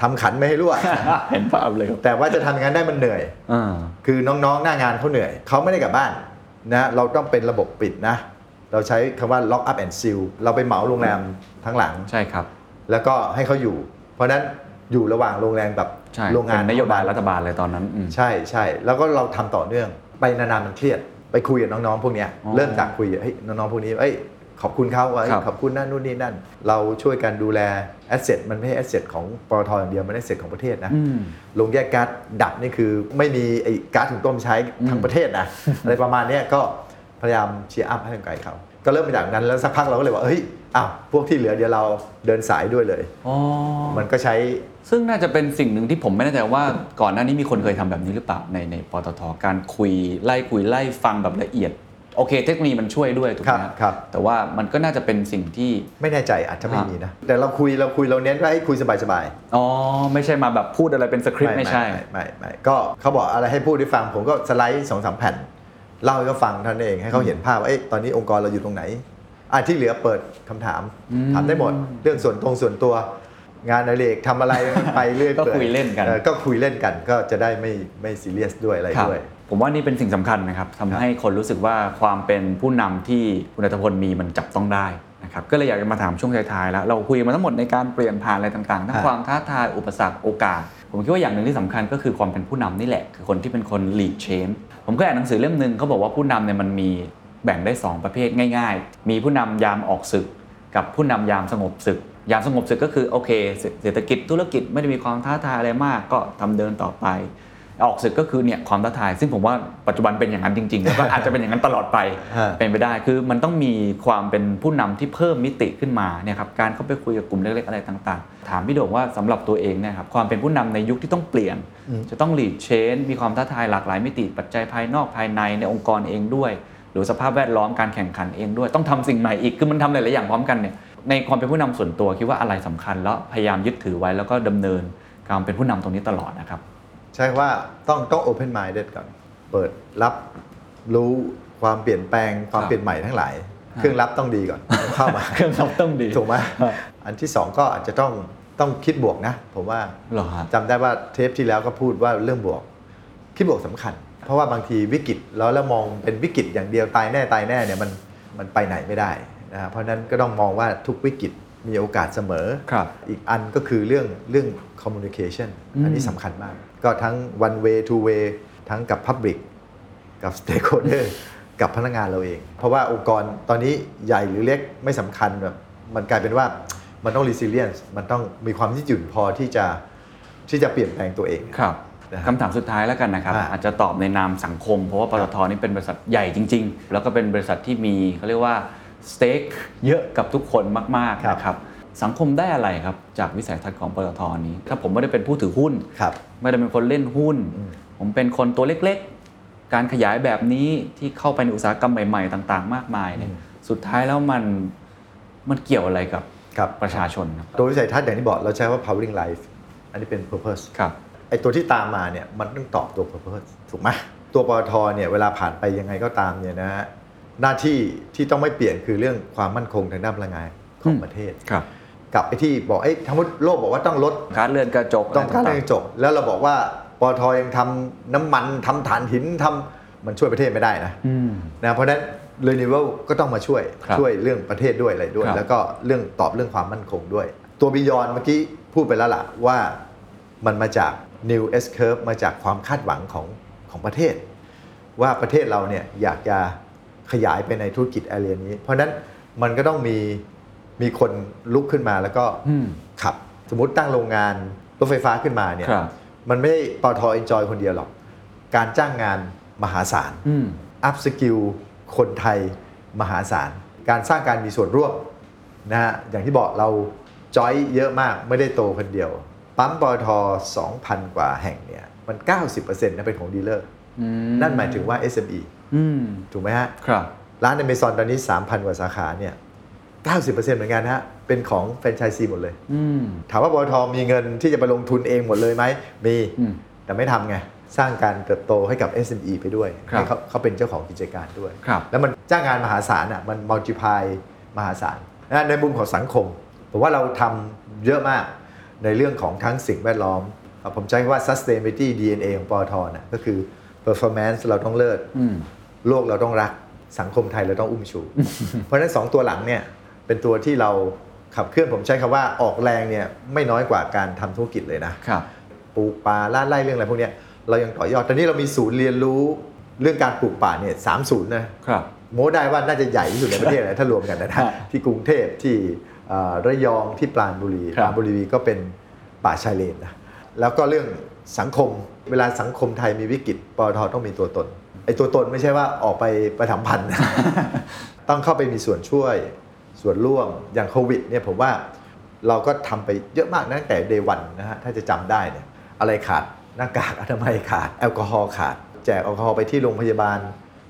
ทำขันไม่ให้รั่ว เห็นภาพเลยครับ แต่ว่าจะทำอย่างนั้นได้มันเหนื่อย อ่า คือน้องๆ หน้างานเขาเหนื่อย เขาไม่ได้กลับบ้านนะเราต้องเป็นระบบปิดนะ เราใช้คำว่า lock up and seal เราไปเหมาโรงแรมทั้งหลัง ใช่ครับ แล้วก็ให้เขาอยู่ เพราะฉะนั้นอยู่ระหว่างโรงแรมกับ ใช่ โรงงาน เป็นนโยบายรัฐบาลเลยตอนนั้นอืม ใช่ใช่แล้วก็เราทำต่อเนื่อง ไปนานๆมันเครียด ไปคุยกับน้องๆ พวกเนี้ย อ๋อ เริ่มจากคุยเฮ้ยน้องๆ พวกนี้เอ้ยขอบคุณเขาเอ้ย ครับ ขอบคุณนั่นนู่นนี่นั่น เราช่วยกันดูแลแอสเซทมันไม่ใช่แอสเซทของปตทอย่างเดียวมันแอสเซทของประเทศนะ อืม ลงแยกการ์ดดับนี่คือไม่มีไอ้การ์ดถุงต้มใช้ทั้งประเทศนะ อะไรประมาณเนี้ยก็พยายามเชียร์อัพให้กำลังใจเขา ก็เริ่มมาจากนั้นแล้วสักพักเราก็เลยว่าเฮ้ยอ้าวพวกที่เหลือเดี๋ยวเราเดินสายด้วยเลย อ๋อ มันก็ใช้ ซึ่งน่าจะเป็นสิ่งหนึ่งที่ผมไม่แน่ใจว่าก่อนหน้านี้มีคนเคยทำแบบนี้หรือเปล่าในในปตทการคุยไล่คุยไล่ฟังแบบละเอียด โอเค เทคโนโลยีมันช่วยด้วยถูกไหม ครับ ฮะ ครับ แต่ว่ามันก็น่าจะเป็นสิ่งที่ ไม่แน่ใจอาจจะไม่ อ่ามี มีนะ แต่เราคุยเราคุยเราเน้นว่าให้คุยสบายๆ อ๋อไม่ใช่มาแบบพูดอะไรเป็นสคริปต์ไม่ใช่ ไม่ไม่ไม่ก็เขาบอกอะไรให้พูดให้ฟัง ผมก็สไลด์สองสามแผ่น เล่าให้เขาฟังเท่านั้นเองให้เขาเห็นภาพว่าเอ๊ะตอนนี้องค์กรเราอยู่ตรงไหนอ่ะที่เหลือเปิดคำถาม ถามได้หมด เรื่องส่วนตรงส่วนตัว งานอะไรเล็กทำอะไร ไปเรื่อย ก็ เปื่อ คุยเล่นกัน ออก็คุยเล่นกันก็จะได้ไม่ไม่ซีเรียสด้วยอะไร ครับ ด้วย ผมว่านี่เป็นสิ่งสำคัญนะครับทำให้คนรู้สึกว่าความเป็นผู้นำที่คุณอัตพลมีมันจับต้องได้นะครับก็เลยอยากจะมาถามช่วงท้ายๆแล้ว เราคุยมาทั้งหมดในการเปลี่ยนผ่านอะไรต่างๆทั้ง ครับ ความท้าทายอุปสรรคโอกาส ผมคิดว่าอย่างหนึ่งที่สำคัญก็คือความเป็นผู้นำนี่แหละ คือคนที่เป็นคน lead change ผมเคยอ่านหนังสือเล่มหนึ่งเขาบอกว่าผู้นำเนี่ยมันมีแบ่งได้สองประเภทง่าย ๆ มีผู้นำยามออกศึก กับผู้นำยามสงบศึก ยามสงบศึกก็คือโอเคเศรเศรษฐกิจธุรกิจไม่ได้มีความท้าทายอะไรมาก ก็ทำเดินต่อไป ออกศึกก็คือเนี่ยความท้าทาย ซึ่งผมว่าปัจจุบันเป็นอย่างนั้นจริงๆแล้วก็ อาจจะเป็นอย่างนั้นตลอดไป ฮะ เป็นไปได้คือมันต้องมีความเป็นผู้นำที่เพิ่มมิติขึ้นมาเนี่ยครับการเข้าไปคุยกับกลุ่มเล็กๆอะไรต่างๆ ถามพี่โด่งว่าสำหรับตัวเองเนี่ยครับความเป็นผู้นำในยุคที่ต้องเปลี่ยน จะต้องหลีดเชนมีความท้าทายหลากหลายมิติปัจจัยภายนอกภายในในองค์กรเองด้วย หรือสภาพแวดล้อมการแข่งขันเองด้วย ต้องทำสิ่งใหม่อีกคือมันทำหลายๆอย่างพร้อมกันเนี่ยในความเป็นผู้นำส่วนตัวคิดว่าอะไรสำคัญแล้วพยายามยึดถือไว้แล้วก็ดำเนินการเป็นผู้นำตรงนี้ตลอดนะครับ ใช่ว่าต้องต้อง open minded ก่อน เปิดรับรู้ความเปลี่ยนแปลงความ ครับ เปลี่ยนใหม่ทั้งหลาย เครื่องรับต้องดีก่อนเข้ามา เครื่องรับ ต้องดี ถูกไหม ครับ อันที่สองก็อาจจะต้องต้องคิดบวกนะ ผมว่า เหรอฮะ จำได้ว่าเทปที่แล้วก็พูดว่าเรื่องบวก คิดบวกสำคัญ เพราะว่าบางทีวิกฤตแล้วแล้วมองเป็นวิกฤตอย่างเดียวตายแน่ตายแน่เนี่ยมันมันไปไหนไม่ได้นะครับเพราะฉะนั้นก็ต้องมองว่าทุกวิกฤตมีโอกาสเสมอ ครับ อีกอันก็คือเรื่องเรื่อง communication อันนี้สำคัญมาก ก็ทั้ง one way two way ทั้งกับ public กับ stakeholder กับพนักงานเราเอง เพราะว่าองค์กรตอนนี้ใหญ่หรือเล็กไม่สำคัญแบบมันกลายเป็นว่ามันต้อง resilience มันต้องมีความยืดหยุ่นพอที่จะที่จะเปลี่ยนแปลงตัวเอง ครับ นะครับ คำถามสุดท้ายแล้วกันนะครับ อ่า อาจจะตอบในนามสังคม เพราะว่าปตทนี่เป็นบริษัทใหญ่จริง ๆ แล้วก็เป็นบริษัทที่มีเขาเรียกว่าสเต็กเยอะกับทุกคนมาก ครั ๆ บ นะครับสังคมได้อะไรครับ จากวิสัยทัศน์ของปตทนี้ ถ้าผมไม่ได้เป็นผู้ถือหุ้น ครับ ไม่ได้เป็นคนเล่นหุ้น ผมเป็นคนตัวเล็กๆ การขยายแบบนี้ที่เข้าไปในอุตสาหกรรมใหม่ๆ ต่างๆ มากมายเนี่ยสุดท้ายแล้วมันมันเกี่ยวอะไรกับ ครับ ประชาชนครับ ตัววิสัยทัศน์อย่างที่บอกเราใช้ว่า powering life อันนี้เป็น purpose ครับ ไอตัวที่ตามมาเนี่ยมันต้องตอบตัว purpose ถูกไหมตัวปตทเนี่ยเวลาผ่านไปยังไงก็ตามเนี่ยนะฮะหน้าที่ที่ต้องไม่เปลี่ยนคือเรื่องความมั่นคงทางด้านพลังงานของ อืม ประเทศ ครับ กลับไปที่บอกเอ้ยทั้งหมดโลกบอกว่าต้องลด การเลื่อนกระจก ต้องการ ะไ ให้จบ แล้วเราบอกว่าปตทยังทำน้ำมันทำถ่านหินทำมันช่วยประเทศไม่ได้นะ อืม นะเพราะฉะนั้น renewable ก็ต้องมาช่วย ครับ ช่วยเรื่องประเทศด้วยอะไรด้วย ครับ แล้วก็เรื่องตอบเรื่องความมั่นคงด้วย ตัวบิยอนเมื่อกี้พูดไปแล้วล่ะว่ามันมาจาก new S curve มาจากความคาดหวังของของประเทศ ว่าประเทศเราเนี่ยอยากจะขยายไปในธุรกิจแอเรียนี้ เพราะฉะนั้นมันก็ต้องมีมีคนลุกขึ้นมาแล้วก็ อืม ขับ สมมติตั้งโรงงานรถไฟฟ้าขึ้นมาเนี่ย ครับ มันไม่ได้ปอทอเอนจอยคนเดียวหรอก การจ้างงานมหาศาล อืม อัพสกิลคนไทยมหาศาล การสร้างการมีส่วนร่วมนะฮะอย่างที่บอกเราจอยเยอะมากไม่ได้โตคนเดียว ปั๊มปตท2,000 กว่าแห่งเนี่ยมัน 90%นะเป็นของดีลเลอร์ อืม นั่นหมายถึงว่า SME อืม ถูกไหมฮะ ครับ ร้านอเมซอนตอนนี้ 3,000 กว่าสาขาเนี่ย90%เหมือนกันนะฮะ เป็นของแฟรนไชส์ซีหมดเลย อืม ถามว่าบอทมีเงินที่จะไปลงทุนเองหมดเลยไหม มี อืม แต่ไม่ทำไง สร้างการเติบโตให้กับ SME ไปด้วย ครับ ให้เขาเขาเป็นเจ้าของกิจการด้วย ครับ แล้วมันจ้างงานมหาศาลอ่ะ มันมัลติพายมหาศาลนะในมุมของสังคม ผมว่าเราทำเยอะมากในเรื่องของทั้งสิ่งแวดล้อมเอ่อผมใช้คำว่า sustainability DNA ของปอทนะก็คือ performance เราต้องเลิศ อืม โลกเราต้องรักสังคมไทยเราต้องอุ้มชู เพราะฉะนั้นสองตัวหลังเนี่ยเป็นตัวที่เราขับเคลื่อนผมใช้คำว่าออกแรงเนี่ยไม่น้อยกว่าการทำธุรกิจเลยนะครับ ปลูกป่าล่าไร่เรื่องอะไรพวกเนี้ยเรายังต่อยอดตอนนี้เรามีศูนย์เรียนรู้เรื่องการปลูกป่าเนี่ยสามศูนย์นะครับ โม้ได้ว่าน่าจะใหญ่ที่สุดในประเทศนะถ้ารวมกันนะ ครั นะ บ ที่กรุงเทพที่เอ่อระยองที่ปราณบุรี ครั ป บ ราณบุรีก็เป็นป่าชายเลนนะแล้วก็เรื่องสังคมเวลาสังคมไทยมีวิกฤตปตทต้องมีตัวตนไอ้ตัวตนไม่ใช่ว่าออกไปประถมพันธ์ ต้องเข้าไปมีส่วนช่วย ส่วนร่วมอย่างโควิดเนี่ยผมว่าเราก็ทำไปเยอะมากนะตั้งแต่เดวันนะฮะถ้าจะจำได้เนี่ยอะไรขาดหน้ากากอนามัยขาด แอลกอฮอล์ขาด แจกแอลกอฮอล์ไปที่โรงพยาบาล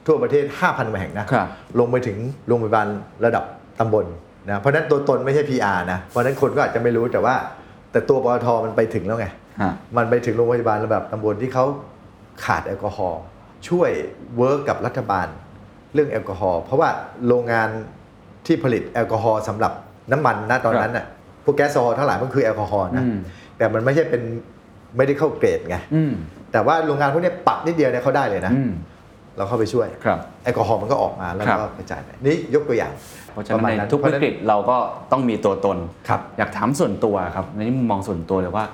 ทั่วประเทศ 5,000แห่งนะครับ ลงไปถึงโรงพยาบาลระดับตำบลนะเพราะฉะนั้นตัวตนไม่ใช่ PR นะเพราะฉะนั้นคนก็อาจจะไม่รู้แต่ว่า แต่ตัวปตทมันไปถึงแล้วไง ฮะ มันไปถึงโรงพยาบาลระดับตำบลที่เขาขาดแอลกอฮอล์ช่วยเวิร์กกับรัฐบาลเรื่องแอลกอฮอล์เพราะว่าโรงงานที่ผลิตแอลกอฮอล์สำหรับน้ำมันนะตอนนั้นน่ะพวกแก๊สโซฮอล์ทั้งหลายมันคือแอลกอฮอล์นะ อืม แต่มันไม่ใช่เป็น medical grade ไง อืม แต่ว่าโรงงานพวกเนี้ยปรับนิดเดียวเนี่ยเขาได้เลยนะ อืม เราเข้าไปช่วย ครับ แอลกอฮอล์มันก็ออกมาแล้ว ครับ ก็กระจายไปนี่ยกตัวอย่าง เพราะฉะนั้ ป น มณ ในทุก เพราะ วิ ฉะนั้น กฤตเราก็ต้องมีตัวตน ครับ อยากถามส่วนตัวครับในนี้มุมมองส่วนตัวเลยว่า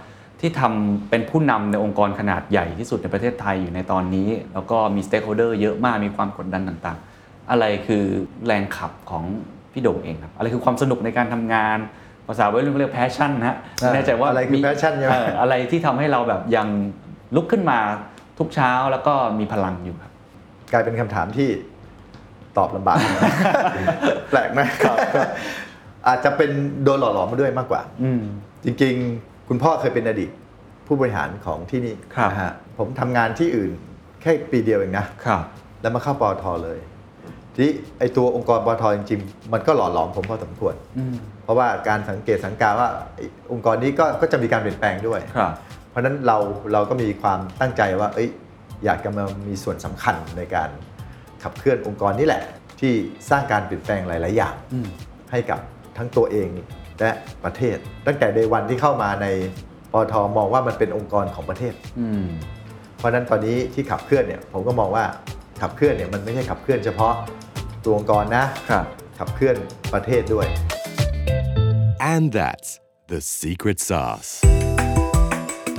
ที่ทำเป็นผู้นำในองค์กรขนาดใหญ่ที่สุดในประเทศไทยอยู่ในตอนนี้ แล้วก็มีสเต็กโฮเดอร์เยอะมากมีความกดดันต่างๆ อะไรคือแรงขับของพี่โด่งเองครับ อะไรคือความสนุกในการทำงาน ภาษาวัยรุ่นเขาเรียกแพชชั่นนะฮะ เออ แน่ใจว่า อะไรคือ มี passion ใช่ไหม เอออะไรที่ทำให้เราแบบยังลุกขึ้นมาทุกเช้าแล้วก็มีพลังอยู่ครับ กลายเป็นคำถามที่ตอบลำ บาก แปลกไหมครับ อาจจะเป็นโดนหล่อหลอมมาด้วยมากกว่า อืม จริงๆ คุณพ่อเคยเป็นอดีตผู้บริหารของที่นี่ ครับ นะฮะผมทำงานที่อื่นแค่ปีเดียวเองนะ ครับ แล้วมาเข้าปอทเลยทนี่ไอตัวองค์กรปอทจริงๆ มันก็หล่อหลอมผมพอสมควร อืม เพราะว่าการสังเกตสังกาว่าไอ้องค์กรนี้ก็ก็จะมีการเปลี่ยนแปลงด้วย ครับ เพราะฉะนั้นเราเราก็มีความตั้งใจว่า เอ้ย อยากจะมามีส่วนสำคัญในการขับเคลื่อนองค์กรนี่แหละ ที่สร้างการเปลี่ยนแปลงหลาย ๆ อย่าง อืม ให้กับทั้งตัวเองและประเทศ ตั้งแต่ day วันที่เข้ามาในปอทมองว่ามันเป็นองค์กรของประเทศ อืม เพราะฉะนั้นตอนนี้ที่ขับเคลื่อนเนี่ยผมก็มองว่าขับเคลื่อนเนี่ยมันไม่ใช่ขับเคลื่อนเฉพาะตัวองค์กรนะครับ ขับเคลื่อนประเทศด้วย And that's the secret sauce. ถ